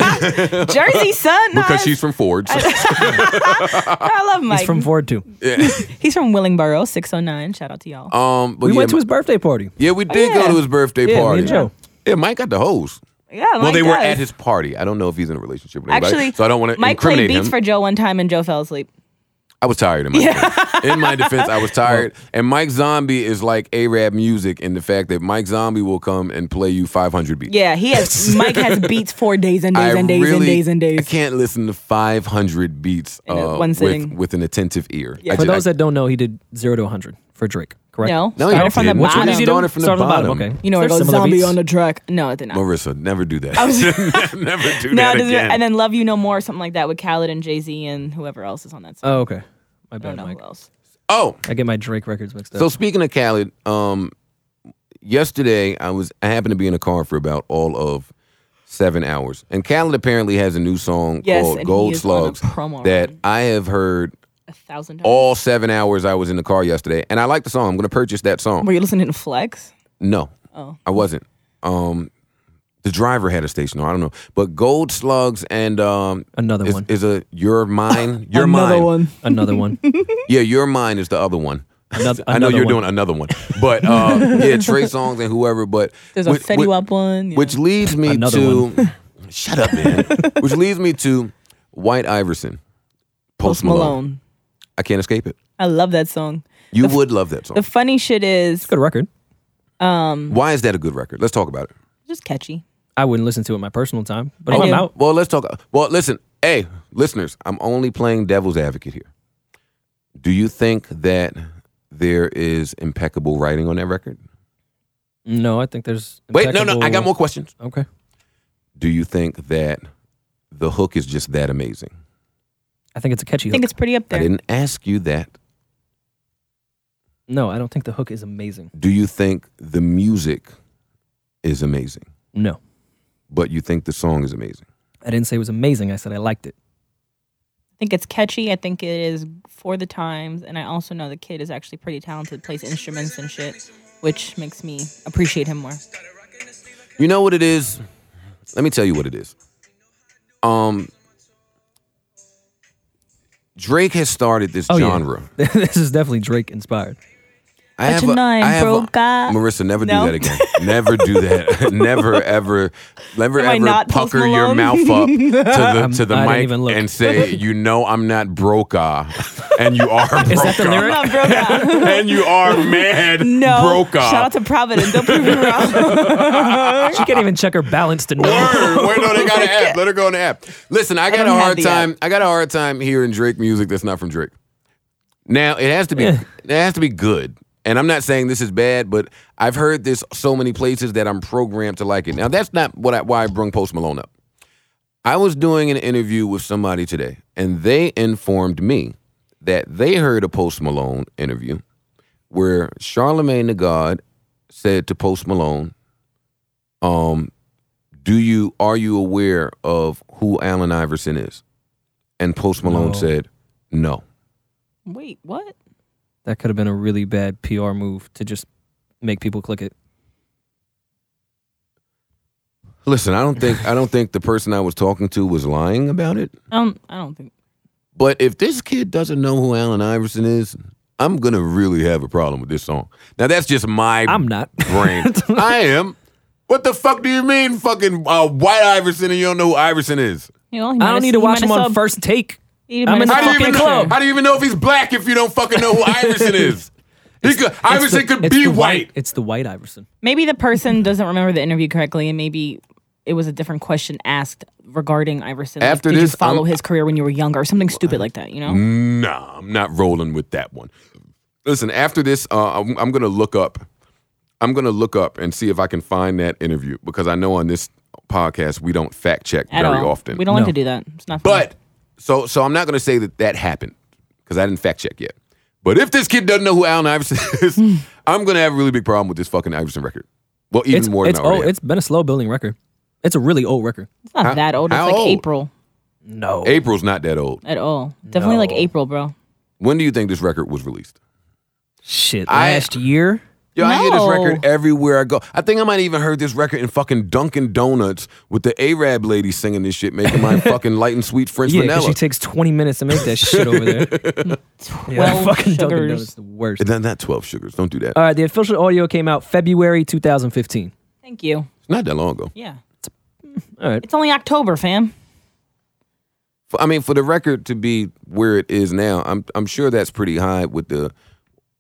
son.
[LAUGHS]
Nah,
because she's from
[LAUGHS]
Ford. so-
I love Mike.
He's from Ford too.
yeah.
He's from Willingboro, 609. Shout out to y'all.
Um, but
We
yeah,
went to his birthday party.
yeah, we did go
yeah.
to his birthday
Yeah, me
party.
and Joe.
Yeah, Mike got the hose.
yeah, Mike
well, they were
does.
at his party. I don't know if he's in a relationship with anybody,
Actually,
so I don't want to
Mike played
incriminate
beats
him.
for Joe one time and Joe fell asleep.
I was tired in my defense. in my defense.
[LAUGHS]
I was tired, and Mike Zombie is like Arab music in the fact that Mike Zombie will come and play you 500 beats.
Yeah, he
[LAUGHS]
has. Mike has beats four days and days
I
and days
really
and days and
I
days.
can't listen to 500 beats
In a-
uh,
one
with,
sitting.
with an attentive ear. I
For
ju- I-
those that don't know, he did zero to 100 for Drake. Correct?
No,
No,
started
you
from the
didn't. Which one
bottom.
did you do? Started from the
Started
bottom.
Okay.
You know, it
There's
goes
similar
zombie
beats.
on the track. No, it did not.
Marissa, never do that. [LAUGHS]
[LAUGHS]
never do
No,
that
it doesn't-
again.
and then "Love You No More" something like that with Khaled and Jay Z and whoever else is on that song.
Oh, okay. My
I don't
bad,
know
Mike.
who else.
oh,
I get my Drake records mixed up.
so [LAUGHS] speaking of Khaled, um, yesterday I was I happened to be in a car for about all of seven hours, and Khaled apparently has a new song
Yes, and
called
he
Gold
is on a
Slugs
promo
that
run.
I have heard
A thousand times.
all seven hours I was in the car yesterday, and I like the song. I'm going to purchase that song.
Were you listening to Flex?
No,
Oh.
I wasn't. Um, the driver had a station. I don't know, but Gold Slugs and um,
Another
is,
one.
is a Your Mine.
[LAUGHS]
Your Mine.
Another one.
Yeah, Your Mine is the other one.
Another,
I know
another
you're
one.
doing another one, but uh, yeah, Trey Songs and whoever. But
There's a
which-
Fetty
which-
Wap one. yeah.
which leads me
Another
to [LAUGHS] shut up, man. which leads me to White Iverson, Post,
Post
Malone.
Malone.
I can't escape it.
I love that song.
You would love that song.
The funny shit is
Good record.
Why is that a good record? Let's talk about it.
just catchy.
I wouldn't listen to it in my personal time, but if
I
I'm
do.
out,
Well, let's talk. Well, listen, hey, listeners, I'm only playing devil's advocate here. Do you think that there is impeccable writing on that record?
no, I think there's.
Wait, no, no, I got
impeccable-
more questions.
Okay.
do you think that the hook is just that amazing?
I think it's a catchy
I think
hook.
it's pretty
I
up there.
didn't ask you that.
No, I don't think the hook is amazing.
Do you think the music is amazing,
No,
but you think the song is amazing?
I didn't say it was amazing. I said I liked it.
I think it's catchy. I think it is for the times, and I also know the kid is actually pretty talented, plays instruments and shit, which makes me appreciate him more.
You know what it is? Let me tell you what it is. Um, Drake has started this
Oh, yeah.
genre.
[LAUGHS] this is definitely Drake inspired.
I
But
a-
tonight,
I have a-
broke up.
Marissa, never
No.
do that again. Never do
[LAUGHS]
that. [LAUGHS] never ever, never
Am I
ever
not Post
pucker your
Malone?
mouth
[LAUGHS]
up to the to the
I didn't
mic
even look.
and
[LAUGHS]
say, "You know, I'm not broke, ah." and you are broke.
that the lyric?
I'm broke up.
[LAUGHS] and you are mad.
No.
broke.
Shout out to Providence. Don't prove me wrong. [LAUGHS]
She can't even check her balance to know.
Word. Wait, no, they got an app. Let her go on the app. Listen, I got
don't
a
have
hard
the
time. I got a hard time hearing Drake music that's not from Drake. Now it has to be.
Yeah.
It has to be good. And I'm not saying this is bad, but I've heard this so many places that I'm programmed to like it. Now that's not what I, why I brung Post Malone up. I was doing an interview with somebody today, and they informed me that they heard a Post Malone interview where Charlemagne the God said to Post Malone, um, do you are you aware of who Allen Iverson is? And Post Malone
No.
said, No.
Wait, what?
That could have been a really bad PR move to just make people click it.
Listen, I don't think I don't think the person I was talking to was lying about it.
I don't, Um, I don't think.
But if this kid doesn't know who Allen Iverson is, I'm gonna really have a problem with this song. Now that's just my
I'm not. [LAUGHS]
brain. I am. What the fuck do you mean, fucking uh, White Iverson, and you don't know who Iverson is?
You know, he might
I
have-
don't need to
he
watch
might
him
have
on
saw-
first take.
he
I'm
might
in
have
How
saw
the
do you
fucking
even
picture.
club.
know? How do you even know if he's black if you don't fucking
[LAUGHS]
know who Iverson is? He could, Iverson
It's the-
could
it's
be
the
white.
It's the white Iverson.
Maybe the person doesn't remember the interview correctly, and maybe it was a different question asked regarding Iverson. Like,
After
did
this,
you follow
I'm- Mm,
his career when you were younger, or something stupid like that? You know,
Nah, I'm not rolling with that one. Listen, after this, uh, I'm, I'm gonna look up. I'm gonna look up and see if I can find that interview because I know on this podcast we don't fact check
at
very
all.
often.
We don't
No.
like to do that. It's not. Fun.
But so so I'm not gonna say that that happened because I didn't fact check yet. But if this kid doesn't know who Allen Iverson [LAUGHS]
Hmm.
is, I'm gonna have a really big problem with this fucking Iverson record. Well, even
It's
more than
it's
I already
oh,
have.
it's been a slow building record. It's a really old record.
it's not
how-
that old. It's
how
like
old?
April
No.
April's not that old.
at all. Definitely like
No.
April, bro.
When do you think this record was released?
Shit.
I-
Last year.
Yo, I hear this
No.
record everywhere I go. I think I might even heard this record in fucking Dunkin' Donuts with the Arab lady singing this shit, making [LAUGHS] my fucking light and sweet French
Yeah, 'cause
vanilla.
she takes 20 minutes to make that shit
[LAUGHS]
over there.
Twelve
fucking Dunkin' Donuts
sugars.
the worst.
Then that twelve sugars. Don't do that.
All right, the official audio came out February 2015.
Thank you.
It's not that long ago.
Yeah,
All right.
it's only October, fam.
For- I mean, for the record to be where it is now, I'm I'm sure that's pretty high with the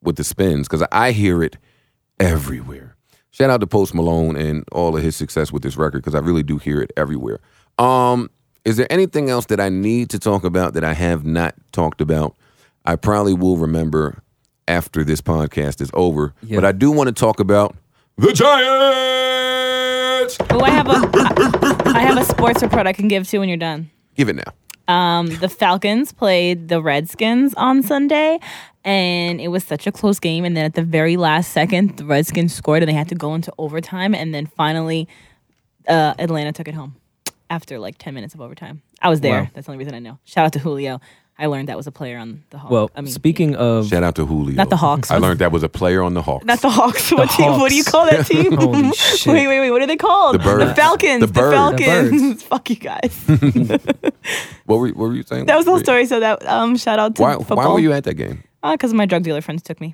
with the spins because I hear it everywhere. Shout out to Post Malone and all of his success with this record because I really do hear it everywhere. Um, is there anything else that I need to talk about that I have not talked about? I probably will remember after this podcast is over,
Yeah.
but I do want to talk about the Giants.
Oh, I have a I have a sports report I can give to when you're done.
Give it now.
Um, the Falcons played the Redskins on Sunday, and it was such a close game. And then at the very last second, the Redskins scored, and they had to go into overtime. And then finally, uh, Atlanta took it home after like ten minutes of overtime. I was there.
Wow.
That's the only reason I know. Shout out to Julio. I learned that was a player on the Hawks.
Well,
I mean,
speaking of
Shout out to Julio.
Not the Hawks.
I learned that was a player on the Hawks.
not the Hawks. What team? What do you
Hawks.
call [LAUGHS] that team?
Holy shit.
Wait, wait, wait. What are they called?
The birds.
Falcons.
The
The,
birds.
The
Falcons.
birds.
[LAUGHS] Fuck you guys.
what, were, what were you saying?
That was the
Were
whole
you-
story. So that um, shout out to
Why,
football.
why were you at that game?
Because my drug dealer friends took me.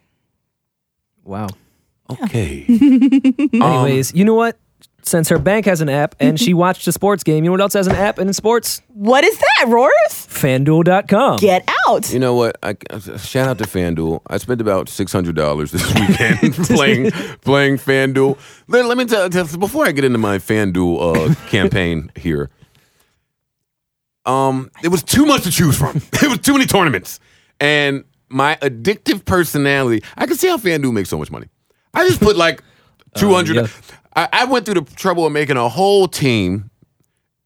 wow.
[LAUGHS]
Okay. Um,
Anyways, you know what? Since her bank has an app
[LAUGHS]
and she watched a sports game, you know what else has an app and in sports?
What is that, Roars?
FanDuel.com.
Get out.
You know what? I, shout out to FanDuel. I spent about six hundred dollars this
[LAUGHS]
weekend playing playing FanDuel. Let, let me tell, tell before I get into my FanDuel uh, campaign here. Um, it was too much to choose from. [LAUGHS] it was too many tournaments, and my addictive personality. I can see how FanDuel makes so much money. I
[LAUGHS] Uh,
just put like two hundred.
yeah.
I, I went through the trouble of making a whole team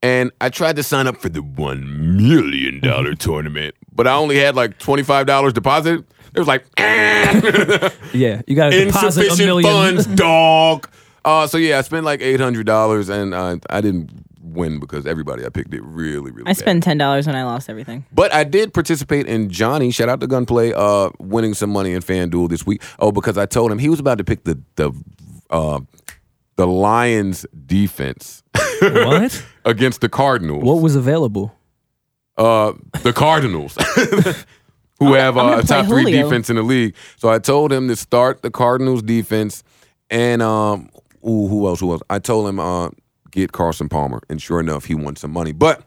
And I tried to sign up for the one million
[LAUGHS]
dollar tournament, but I only had like twenty five dollars deposit. It was like [LAUGHS]
Yeah, you got to deposit a
insufficient
million.
funds, dog. Uh, so yeah, I spent like eight hundred dollars, and uh, I didn't win because everybody I picked did really, really.
I spent ten dollars and I lost everything.
But I did participate in Johnny. Shout out to Gunplay, uh, winning some money in FanDuel this week. Oh, because I told him he was about to pick the the uh, the Lions defense
[LAUGHS]
[LAUGHS]
What?
against the Cardinals.
What was available?
Uh, the
[LAUGHS]
Cardinals, [LAUGHS] who have
I'm
uh,
gonna
a top
play
three
Julio.
defense in the league. So I told him to start the Cardinals defense, and um, ooh, who else? Who else? I told him uh, get Carson Palmer, and sure enough, he won some money. But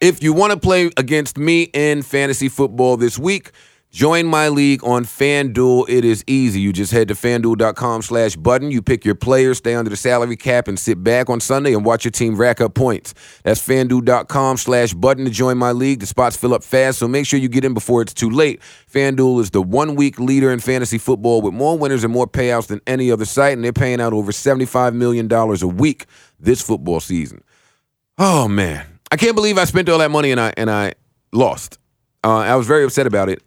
if you want to play against me in fantasy football this week, join my league on FanDuel. It is easy. You just head to fanduel.com slash button. You pick your players, stay under the salary cap, and sit back on Sunday and watch your team rack up points. That's fanduel.com slash button to join my league. The spots fill up fast, so make sure you get in before it's too late. FanDuel is the one week leader in fantasy football with more winners and more payouts than any other site, and they're paying out over $75 million a week this football season. Oh man, I can't believe I spent all that money and I and I lost. Uh, I was very upset about it,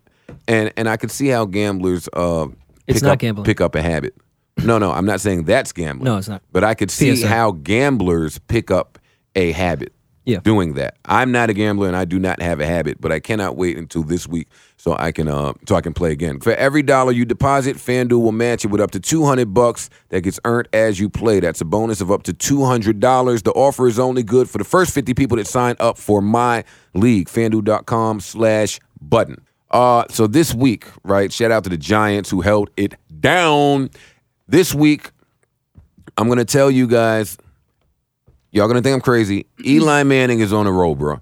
and and I could see how gamblers uh,
It's
pick
not
up,
gambling.
Pick up a habit. No, no, I'm not saying that's gambling.
No, it's not.
But I could see
PSA.
how gamblers pick up a habit.
Yeah.
Doing that, I'm not a gambler and I do not have a habit, but I cannot wait until this week so I can uh, so I can play again. For every dollar you deposit, FanDuel will match it with up to 200 bucks that gets earned as you play. That's a bonus of up to $200. The offer is only good for the first 50 people that sign up for my league. FanDuel.com slash button. Uh, so this week, right? Shout out to the Giants who held it down. This week, I'm gonna tell you guys. Y'all gonna think I'm crazy. Eli Manning is on a roll, bro.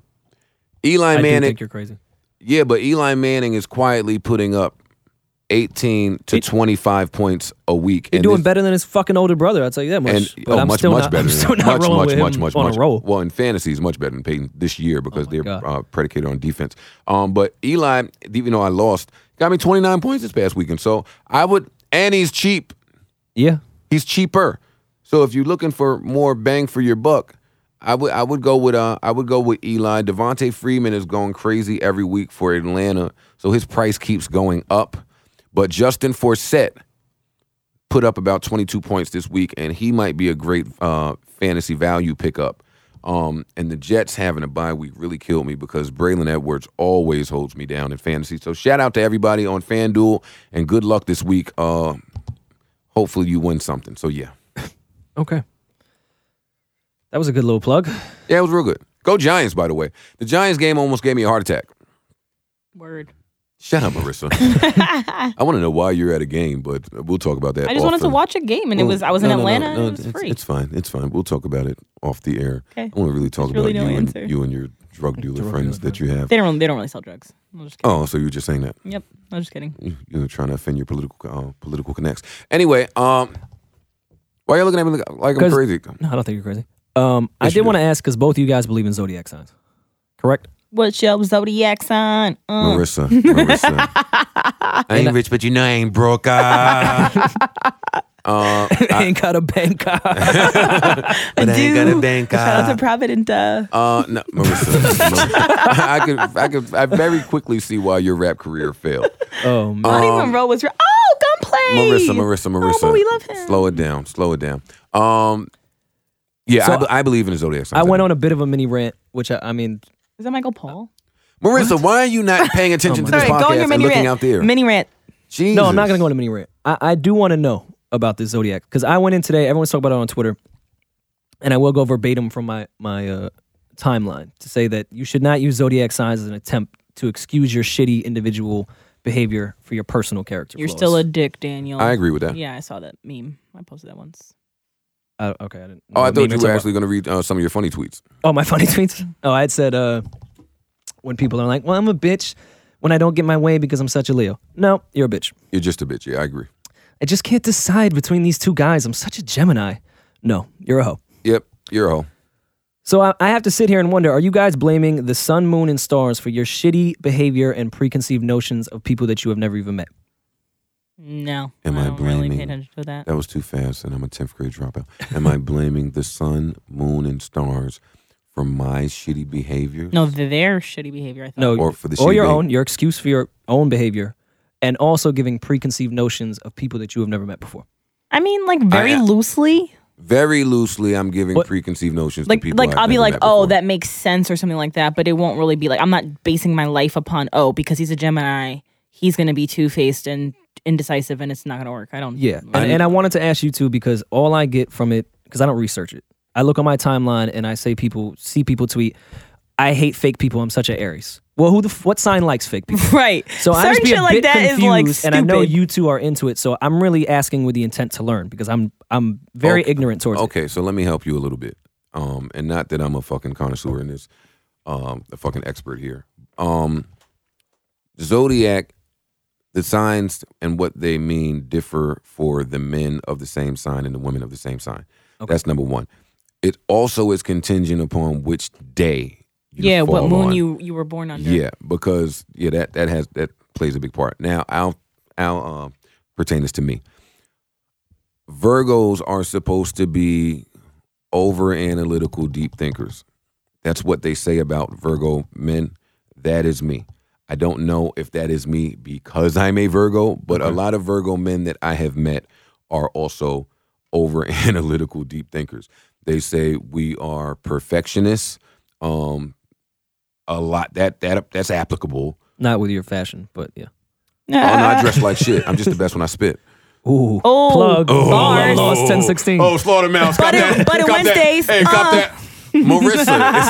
Eli
Mm-hmm. I do
Manning,
think you're crazy.
yeah, but Eli Manning is quietly putting up 18 to 25 points a week.
You're
and
doing
this-
better than his fucking older brother. I'll tell you that much.
and
but
oh,
I'm
much,
still
much
not,
better.
I'm
than-
still not
much,
rolling
much,
with
much,
him
much,
on
much.
a roll. Oh
Well, in fantasy, he's much better than Peyton this year because
my
they're
God.
uh, predicated on defense. Um, but Eli, even though I lost, got me 29 points this past weekend. So I would, and he's cheap.
Yeah,
He's cheaper. So if you're looking for more bang for your buck, I would I would go with uh I would go with Eli. Devontae Freeman is going crazy every week for Atlanta, so his price keeps going up. But Justin Forsett put up about 22 points this week, and he might be a great uh, fantasy value pickup. Um, and the Jets having a bye week really killed me because Braylon Edwards always holds me down in fantasy. So shout out to everybody on FanDuel and good luck this week. Uh, hopefully you win something. So yeah,
okay. That was a good little plug. [SIGHS]
yeah, it was real good. Go Giants, by the way. The Giants game almost gave me a heart attack.
Word.
Shut up,
[LAUGHS]
Marissa. I want to know why you're at a game, but we'll talk about that.
I just
off
wanted to
the-
watch a game and it
Well,
was I was
no,
in
no, no,
Atlanta.
no,
and it was
it's,
free.
It's fine. It's fine. We'll talk about it off the air.
Okay.
I want to really talk
There's really
about
no
you,
answer.
and, you and your drug dealer
Drug
friends
dealer.
that you have.
They don't really, they don't really sell drugs. I'm just kidding.
Oh, so you were just saying that
Yep. I'm just kidding.
You- you're trying to offend your political uh, political connects. Anyway, um, why are you looking at me like- like I'm
'Cause-
crazy?
No, I don't think you're crazy. Um, I
Yes, you
did
do.
want to ask because both of you guys believe in zodiac signs, correct?
What's your zodiac sign? Uh,
Marissa,
[LAUGHS]
Marissa. I ain't rich, but you know I ain't broke.
[LAUGHS]
Ah. uh,
[LAUGHS] Ain't got a bank card.
but I ain't
do.
gonna bank.
Shout
ah.
out to Provident. Uh,
Uh, no, [LAUGHS] Marissa. no. I could, I could, I very quickly see why your rap career failed.
oh man,
I don't even roll with. Oh, gunplay.
Um, Marissa, Marissa, Marissa.
but we love him.
Slow it down. Slow it down. Um, yeah,
So
I, be- I believe in the zodiac. signs.
I went on a bit of a mini rant, which I, I mean,
Is that Michael Paul?
Marissa, why are you
[LAUGHS]
not paying
Oh
attention to this
Sorry, go on your
podcast and
mini
looking
rant.
out there?
Mini rant.
Jesus.
No, I'm not going to go into mini rant. I, I do want to know about this zodiac because I went in today. Everyone's talking about it on Twitter, and I will go verbatim from my my uh, timeline to say that you should not use zodiac signs as an attempt to excuse your shitty individual behavior for your personal character.
You're
flaws.
still a dick, Daniel.
I agree with that.
Yeah, I saw that meme. I posted that once.
I- okay. I didn't.
Oh, I
what meme
thought you
you're
were
talking
actually going to read uh, some of your funny tweets.
about. Oh, my funny [LAUGHS] tweets. Oh, I had said uh, when people are like, "Well, I'm a bitch." When I don't get my way because I'm such a Leo. No, you're a bitch.
You're just a bitch. Yeah, I agree.
I just can't decide between these two guys. I'm such a Gemini. No, you're a hoe.
Yep, you're a hoe.
So I, I have to sit here and wonder: Are you guys blaming the sun, moon, and stars for your shitty behavior and preconceived notions of people that you have never even met?
No.
Am I
I don't really
blaming-
pay attention to that.
That was too fast, and I'm a 10th grade dropout. Am I blaming the sun, moon, and stars for my shitty behavior?
No, th- their shitty behavior. I thought.
No,
Or for the
or
shitty
your
behavior.
own, your excuse for your own behavior, and also giving preconceived notions of people that you have never met before.
I mean like very
I-
loosely.
Very loosely, I'm giving
What-
preconceived notions
Like
to people.
like
I've
I'll be
never
like,
met
oh,
before.
that makes sense or something like that, but it won't really be like I'm not basing my life upon oh because he's a Gemini, he's gonna be two faced and indecisive and it's not gonna work. I don't.
Yeah, and, and I wanted to ask you too because all I get from it because I don't research it. I look on my timeline and I say people see people tweet, "I hate fake people. I'm such an Aries." Well, who the f- what sign likes fake people?
[LAUGHS] Right.
So I just
Certain
be
shit
a
like
bit
that is
confused,
like
and I know
stupid.
you two are into it. So I'm really asking with the intent to learn because I'm I'm very
Okay.
ignorant towards
Okay, so let me help you a little bit. Um, and not that I'm a fucking connoisseur in this, um, a fucking expert here. Um, zodiac, the signs and what they mean differ for the men of the same sign and the women of the same sign.
Okay.
That's number one. It also is contingent upon which day. You
yeah, what
fall
moon
on.
you you were born under? [LAUGHS]
Yeah, because yeah, that that has that plays a big part. Now, I'll I'll um, pertain this to me. Virgos are supposed to be over analytical deep thinkers. That's what they say about Virgo men. That is me. I don't know if that is me because I'm a Virgo, but a lot of Virgo men that I have met are also over analytical deep thinkers. They say we are perfectionists. Um, a lot that that that's applicable.
it. Not with your fashion, but yeah.
Oh no, I dress like shit. I'm just the best when I spit. [LAUGHS]
Ooh,
Oh,
plug
Oh.
bars.
bars.
lost ten sixteen.
Oh, Slaughtermouse. Got
Butter-
that.
Butter
Got that.
Wednesdays.
Hey, got
Uh.
that. Marissa,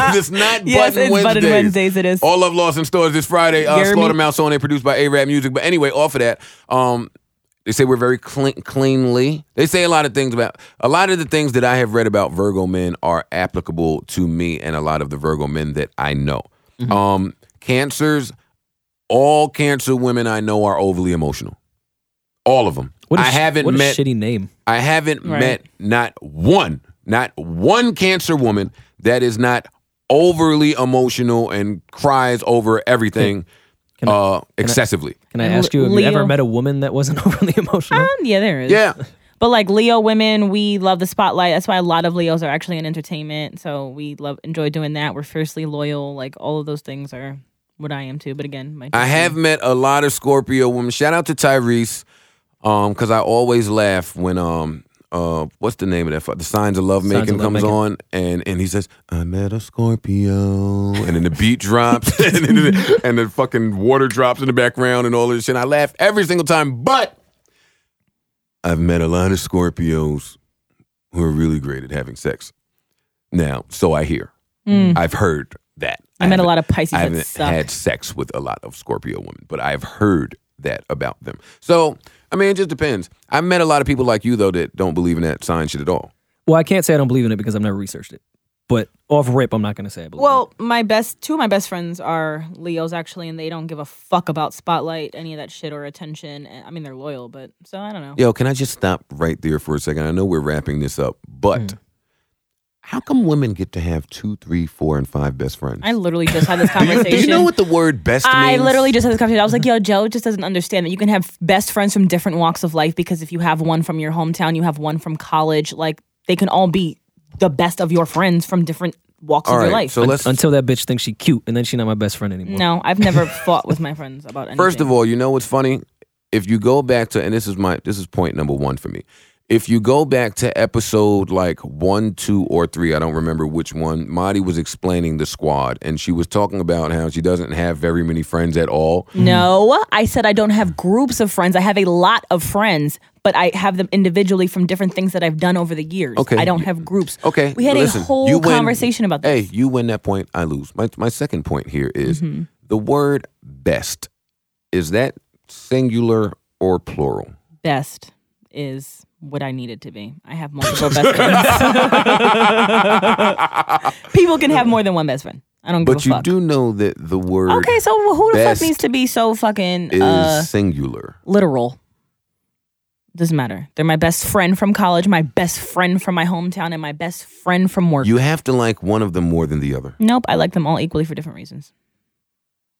it's, it's not
[LAUGHS] Yes,
Button Wednesdays.
it's
Oh,
Button Wednesdays. It is.
All Love Lost in Stores this Friday. Uh,
Jeremy-
Slaughtermouse on it, produced by A-Rap Music. But anyway, off of that, um, they say we're very clean, cleanly. They say a lot of things about a lot of the things that I have read about Virgo men are applicable to me and a lot of the Virgo men that I know.
Mm-hmm.
Um, cancers, all cancer women I know are overly emotional. All of them.
What a
I
sh-
haven't
what a
met
shitty name.
I haven't
Right.
met not one, not one cancer woman that is not overly emotional and cries over everything
Can I-
uh, excessively.
Can I
And
ask you? Have you
Leo-
ever met a woman that wasn't [LAUGHS] overly emotional?
Um, yeah, there is.
yeah.
But like Leo women, we love the spotlight. That's why a lot of Leos are actually in entertainment. So we love enjoy doing that. We're fiercely loyal. Like all of those things are what I am too. But again, my
I have met a lot of Scorpio women. Shout out to Tyrese, um, because I always laugh when um, uh, what's the name of that? fu- The Signs of Love
Signs
Making
of
comes
Lovemaking.
on, and and he says, "I met a Scorpio," and then the
[LAUGHS]
beat drops, [LAUGHS] and, then, and the fucking water drops in the background, and all this shit. I laugh every single time, but I've met a lot of Scorpios who are really great at having sex. Now, so I hear,
Mm.
I've heard that.
I met a
haven't-
lot of Pisces
I
that
haven't
suck.
had sex with a lot of Scorpio women, but I've heard that about them. So, I mean, it just depends. I've met a lot of people like you, though, that don't believe in that sign shit at all.
Well, I can't say I don't believe in it because I've never researched it. But off rip, I'm not going to say I believe.
well, my best two of my best friends are Leos actually, and they don't give a fuck about spotlight, any of that shit or attention. And- I mean, they're loyal, but so I don't know.
Yo, can I just stop right there for a second? I know we're wrapping this up, but how come women get to have two, three, four, and five best friends?
I literally just had this
[LAUGHS] do, you,
conversation.
do you know what the word best
I
means?
literally just had this conversation. I was like, yo, Joe just doesn't understand that you can have best friends from different walks of life because if you have one from your hometown, you have one from college, like they can all be the best of your friends from different walks
All
of your
right,
life.
so let's.
it. Until that bitch thinks she cute, and then she not my best friend anymore.
no, I've never fought with my friends about
[LAUGHS]
anything.
First of all, you know what's funny? If you go back to and this is my this is point number one for me. If you go back to episode like one, two, or three, I don't remember which one, Marty was explaining the squad and she was talking about how she doesn't have very many friends at all.
no, I said I don't have groups of friends. I have a lot of friends, but I have them individually from different things that I've done over the years.
Okay.
I don't have groups.
Okay.
We had
listen,
a whole
you win-
conversation about this. Mm-hmm.
Hey, you win that point, I lose. My my second point here is the word best. Is that singular or plural?
Best is what I need it to be. I have multiple best friends. [LAUGHS] People can have more than one best friend. I don't
But
give a
you
fuck.
do know that the word
okay, so who the
best
fuck needs to be so fucking
is
uh,
singular.
literal? Doesn't matter. They're my best friend from college, my best friend from my hometown, and my best friend from work.
You have to like one of them more than the other.
nope, I like them all equally for different reasons.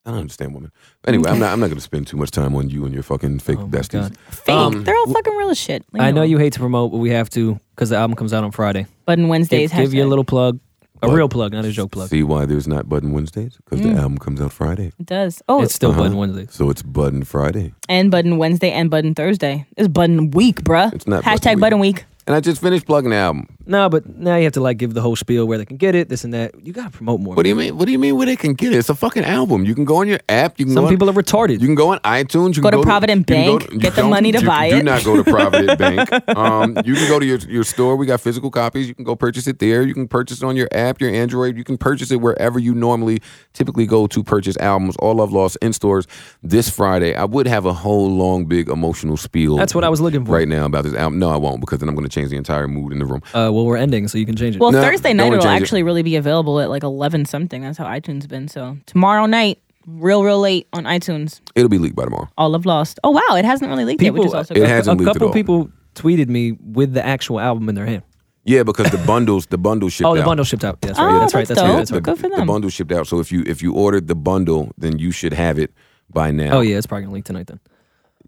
I don't understand women. Anyway, I'm not. I'm not going to spend too much time on you and your fucking fake
Oh my
besties.
God.
Fake.
Um,
They're all fucking real as shit. Leave me
I know
alone.
you hate to promote, but we have to because the album comes out on Friday.
But on Wednesdays,
Give, give you a
hashtag.
little plug. A real plug, not a joke plug. Mm.
See why there's not Button Wednesdays? Because the album comes out Friday.
It does. Oh,
It's still
Uh-huh.
Button Wednesday.
So it's Button Friday.
and Button Wednesday and Button Thursday. It's Button Week, bruh.
It's not
Hashtag
Button
Button Week.
And I just finished plugging the album.
No, but now you have to like give the whole spiel where they can get it, this and that. You gotta promote more.
What do you mean? What do you mean where they can get it? It's a fucking album. You can go on your app. You can
Some
go on-
people are retarded.
You can go on iTunes. You
Go
can
to
go
Provident
you can go
Bank,
you
get the
don't-
money to
you
buy
Do
it.
not go to
[LAUGHS]
Provident Bank. Um, you can go to your, your store. We got physical copies. You can go purchase it there. You can purchase it on your app, your Android. You can purchase it wherever you normally typically go to purchase albums. All Love Lost in stores this Friday. I would have a whole long, big emotional spiel.
That's what I was looking for.
right now about this album. No, I won't because then I'm going to change the entire mood in the room.
uh, well, we're ending, so you can change it.
Well,
No,
Thursday
don't
night
wanna
it'll
change it.
actually really be available at like eleven something. That's how iTunes been. So tomorrow night, real real late on iTunes.
It'll be leaked by tomorrow.
All of Lost. Oh wow, it hasn't really leaked yet, which is also
it
good.
has- hasn't
a
leaked at
couple
all.
people tweeted me with the actual album in their hand.
Yeah, because the [LAUGHS] bundles, the bundle shipped
Oh, the
out.
bundle shipped out. That's right.
Oh,
that's right.
that's
That's right.
dope.
That's right.
Good for
The
them.
bundle shipped out. So if you if you ordered the bundle, then you should have it by now.
Oh yeah, it's probably gonna leak tonight then.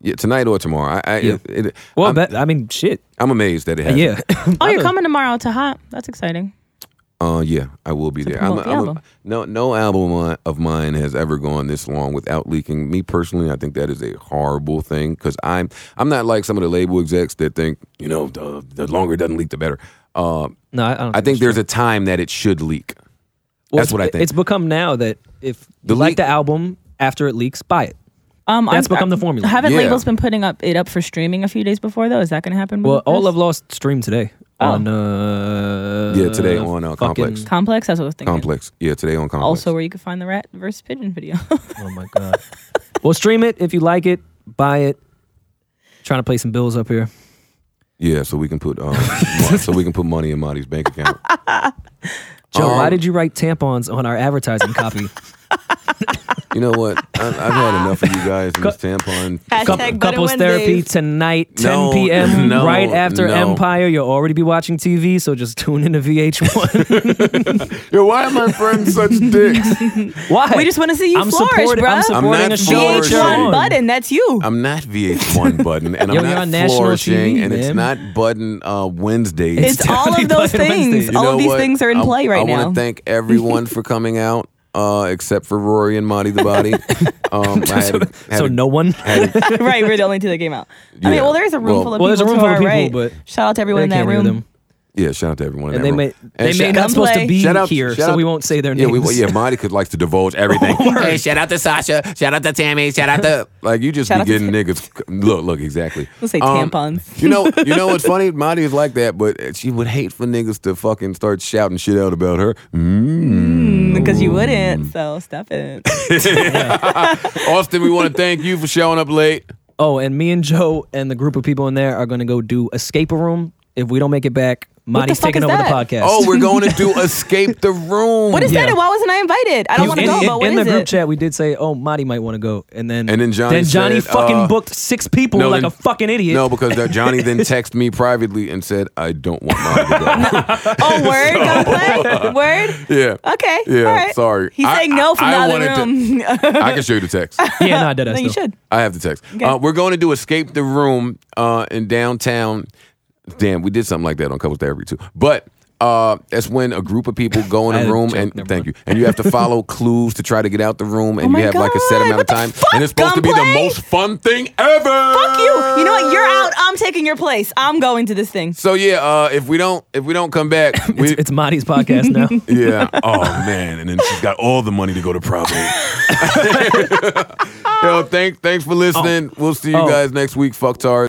Yeah, tonight or tomorrow. I, I,
Yeah.
it, it-
Well,
I'm,
but, I mean, shit.
I'm amazed that it happened. [LAUGHS]
Yeah.
oh, you're coming tomorrow to Hot. That's exciting.
Uh, yeah, I will be there.
promote the album.
no, no album of mine- of mine has ever gone this long without leaking. Me personally, I think that is a horrible thing because I'm I'm not like some of the label execs that think you know the, the longer it doesn't leak the better. Uh,
No, I, I don't.
I think there's a time that it should leak.
Well,
that's
it's-
what I think.
It's become now that if
The
you like
leak-
the album after it leaks, buy it.
Um,
That's become the formula.
Haven't
Yeah.
labels been putting up it up for streaming a few days before though? Is that going to happen? with
Well, all
this?
of Lost streamed today
Oh.
on. Uh,
Yeah, today on, uh,
fucking-
Complex.
Complex. That's what I was thinking.
Complex, yeah, today on Complex.
Also, where you can find the rat versus pigeon video. [LAUGHS]
Oh my god. well, stream it if you like it. Buy it. Trying to play some bills up here.
yeah, so we can put um, mo- so we can put [LAUGHS] money in Marty's bank account.
Joe,
Um,
why did you write tampons on our advertising copy?
You know what? I, I've had enough of you guys and this tampon.
Couple, couples therapy tonight, 10
No,
p.m.
no,
right after
no.
Empire. You'll already be watching TV, so just tune into VH1.
Yo, why are my friends
[LAUGHS]
such dicks?
Why?
We just wanna see you
I'm
flourish,
supporting,
bruh. I'm
I'm supporting a
not
show.
flourishing.
VH1
Sure.
button. That's you.
I'm not VH1 button, and I'm
Yo, you're
not
on national
flourishing,
TV,
and it's
man.
not button uh, Wednesdays.
it's all
definitely
of those
Button Wednesday.
things.
You
All
know
of these
what?
things are in
I-
play right
I
now.
want to thank everyone for coming out, uh, except for Rory and Monty the
[LAUGHS]
Body. Um, I had, a- had
so
a-
no one.
had a-
[LAUGHS] right, we're the only two that came out. I
Yeah.
mean, well, there's a room
Well-
full of
Well, there's a
people.
room
to
full of
our
people,
right.
but
shout out to everyone
They
in that
can't hear
room.
them.
yeah, shout out to everyone. in that
And they
room.
may
And
they may
shout-
not supposed
play.
to be
Shout out-
here,
shout
so
out-
we won't say their
Yeah,
names.
we, yeah, Monty could likes to
[LAUGHS]
divulge everything. hey, shout out to Sasha. Shout out to Tammy. Shout out
[LAUGHS]
to like you just
Shout
be
out
getting
to
niggas. Look, look, exactly. Um,
We'll say
Um,
tampons.
You
[LAUGHS]
know, you know what's funny? Monty is like that, but she would hate for niggas to fucking start shouting shit out about her. Mm.
Because you wouldn't, so stop
[LAUGHS]
it.
Austin, we want to thank you for showing up late.
Oh, and me and Joe and the group of people in there are going to go do escape a room. If we don't make it back, Monty's
fuck
taking
is
over
that?
the podcast.
Oh, we're going to
[LAUGHS]
do escape the room.
What is
Yeah.
that? And why wasn't I invited? I don't want to
in,
go,
in-
but what
in the
is
group
it?
chat, we did say, "Oh, Marty might want to go," and then
And then Johnny
then Johnny
said,
fucking
uh,
booked six people like
then-
a fucking idiot.
No, because that Johnny
[LAUGHS]
then texted me privately and said, "I don't want Monty to
[LAUGHS]
Oh, word, gonna play? Word?
go." yeah.
Okay.
Yeah,
all right.
sorry.
He's
I-
saying no from
I-
the
I
other room. [LAUGHS]
[LAUGHS]
wanted I can show you the text.
yeah, no, I did.
then you should.
I have the text. Uh, we're going to do escape the room uh, in downtown. Damn, we did something like that on Couples Therapy too. But uh, that's when a group of people go
[LAUGHS]
I
in
had
a
a
room
joke,
and
never
thank
mind.
you, and you have to follow clues to try to get out the room, and
Oh my
you have like a set
God,
amount of
what the
time,
fuck,
and it's supposed to be the
Gunplay?
most fun thing ever.
Fuck you. You know what? You're out. I'm taking your place. I'm going to this thing.
So yeah, uh, if we don't if we don't come
[LAUGHS]
back, we,
It's Marty's podcast now.
Yeah. Oh man. And then she's got all the money to go to
[LAUGHS]
Providence. [LAUGHS] Yo, thanks thanks for listening. We'll see you
Oh.
guys next week. Fucktard.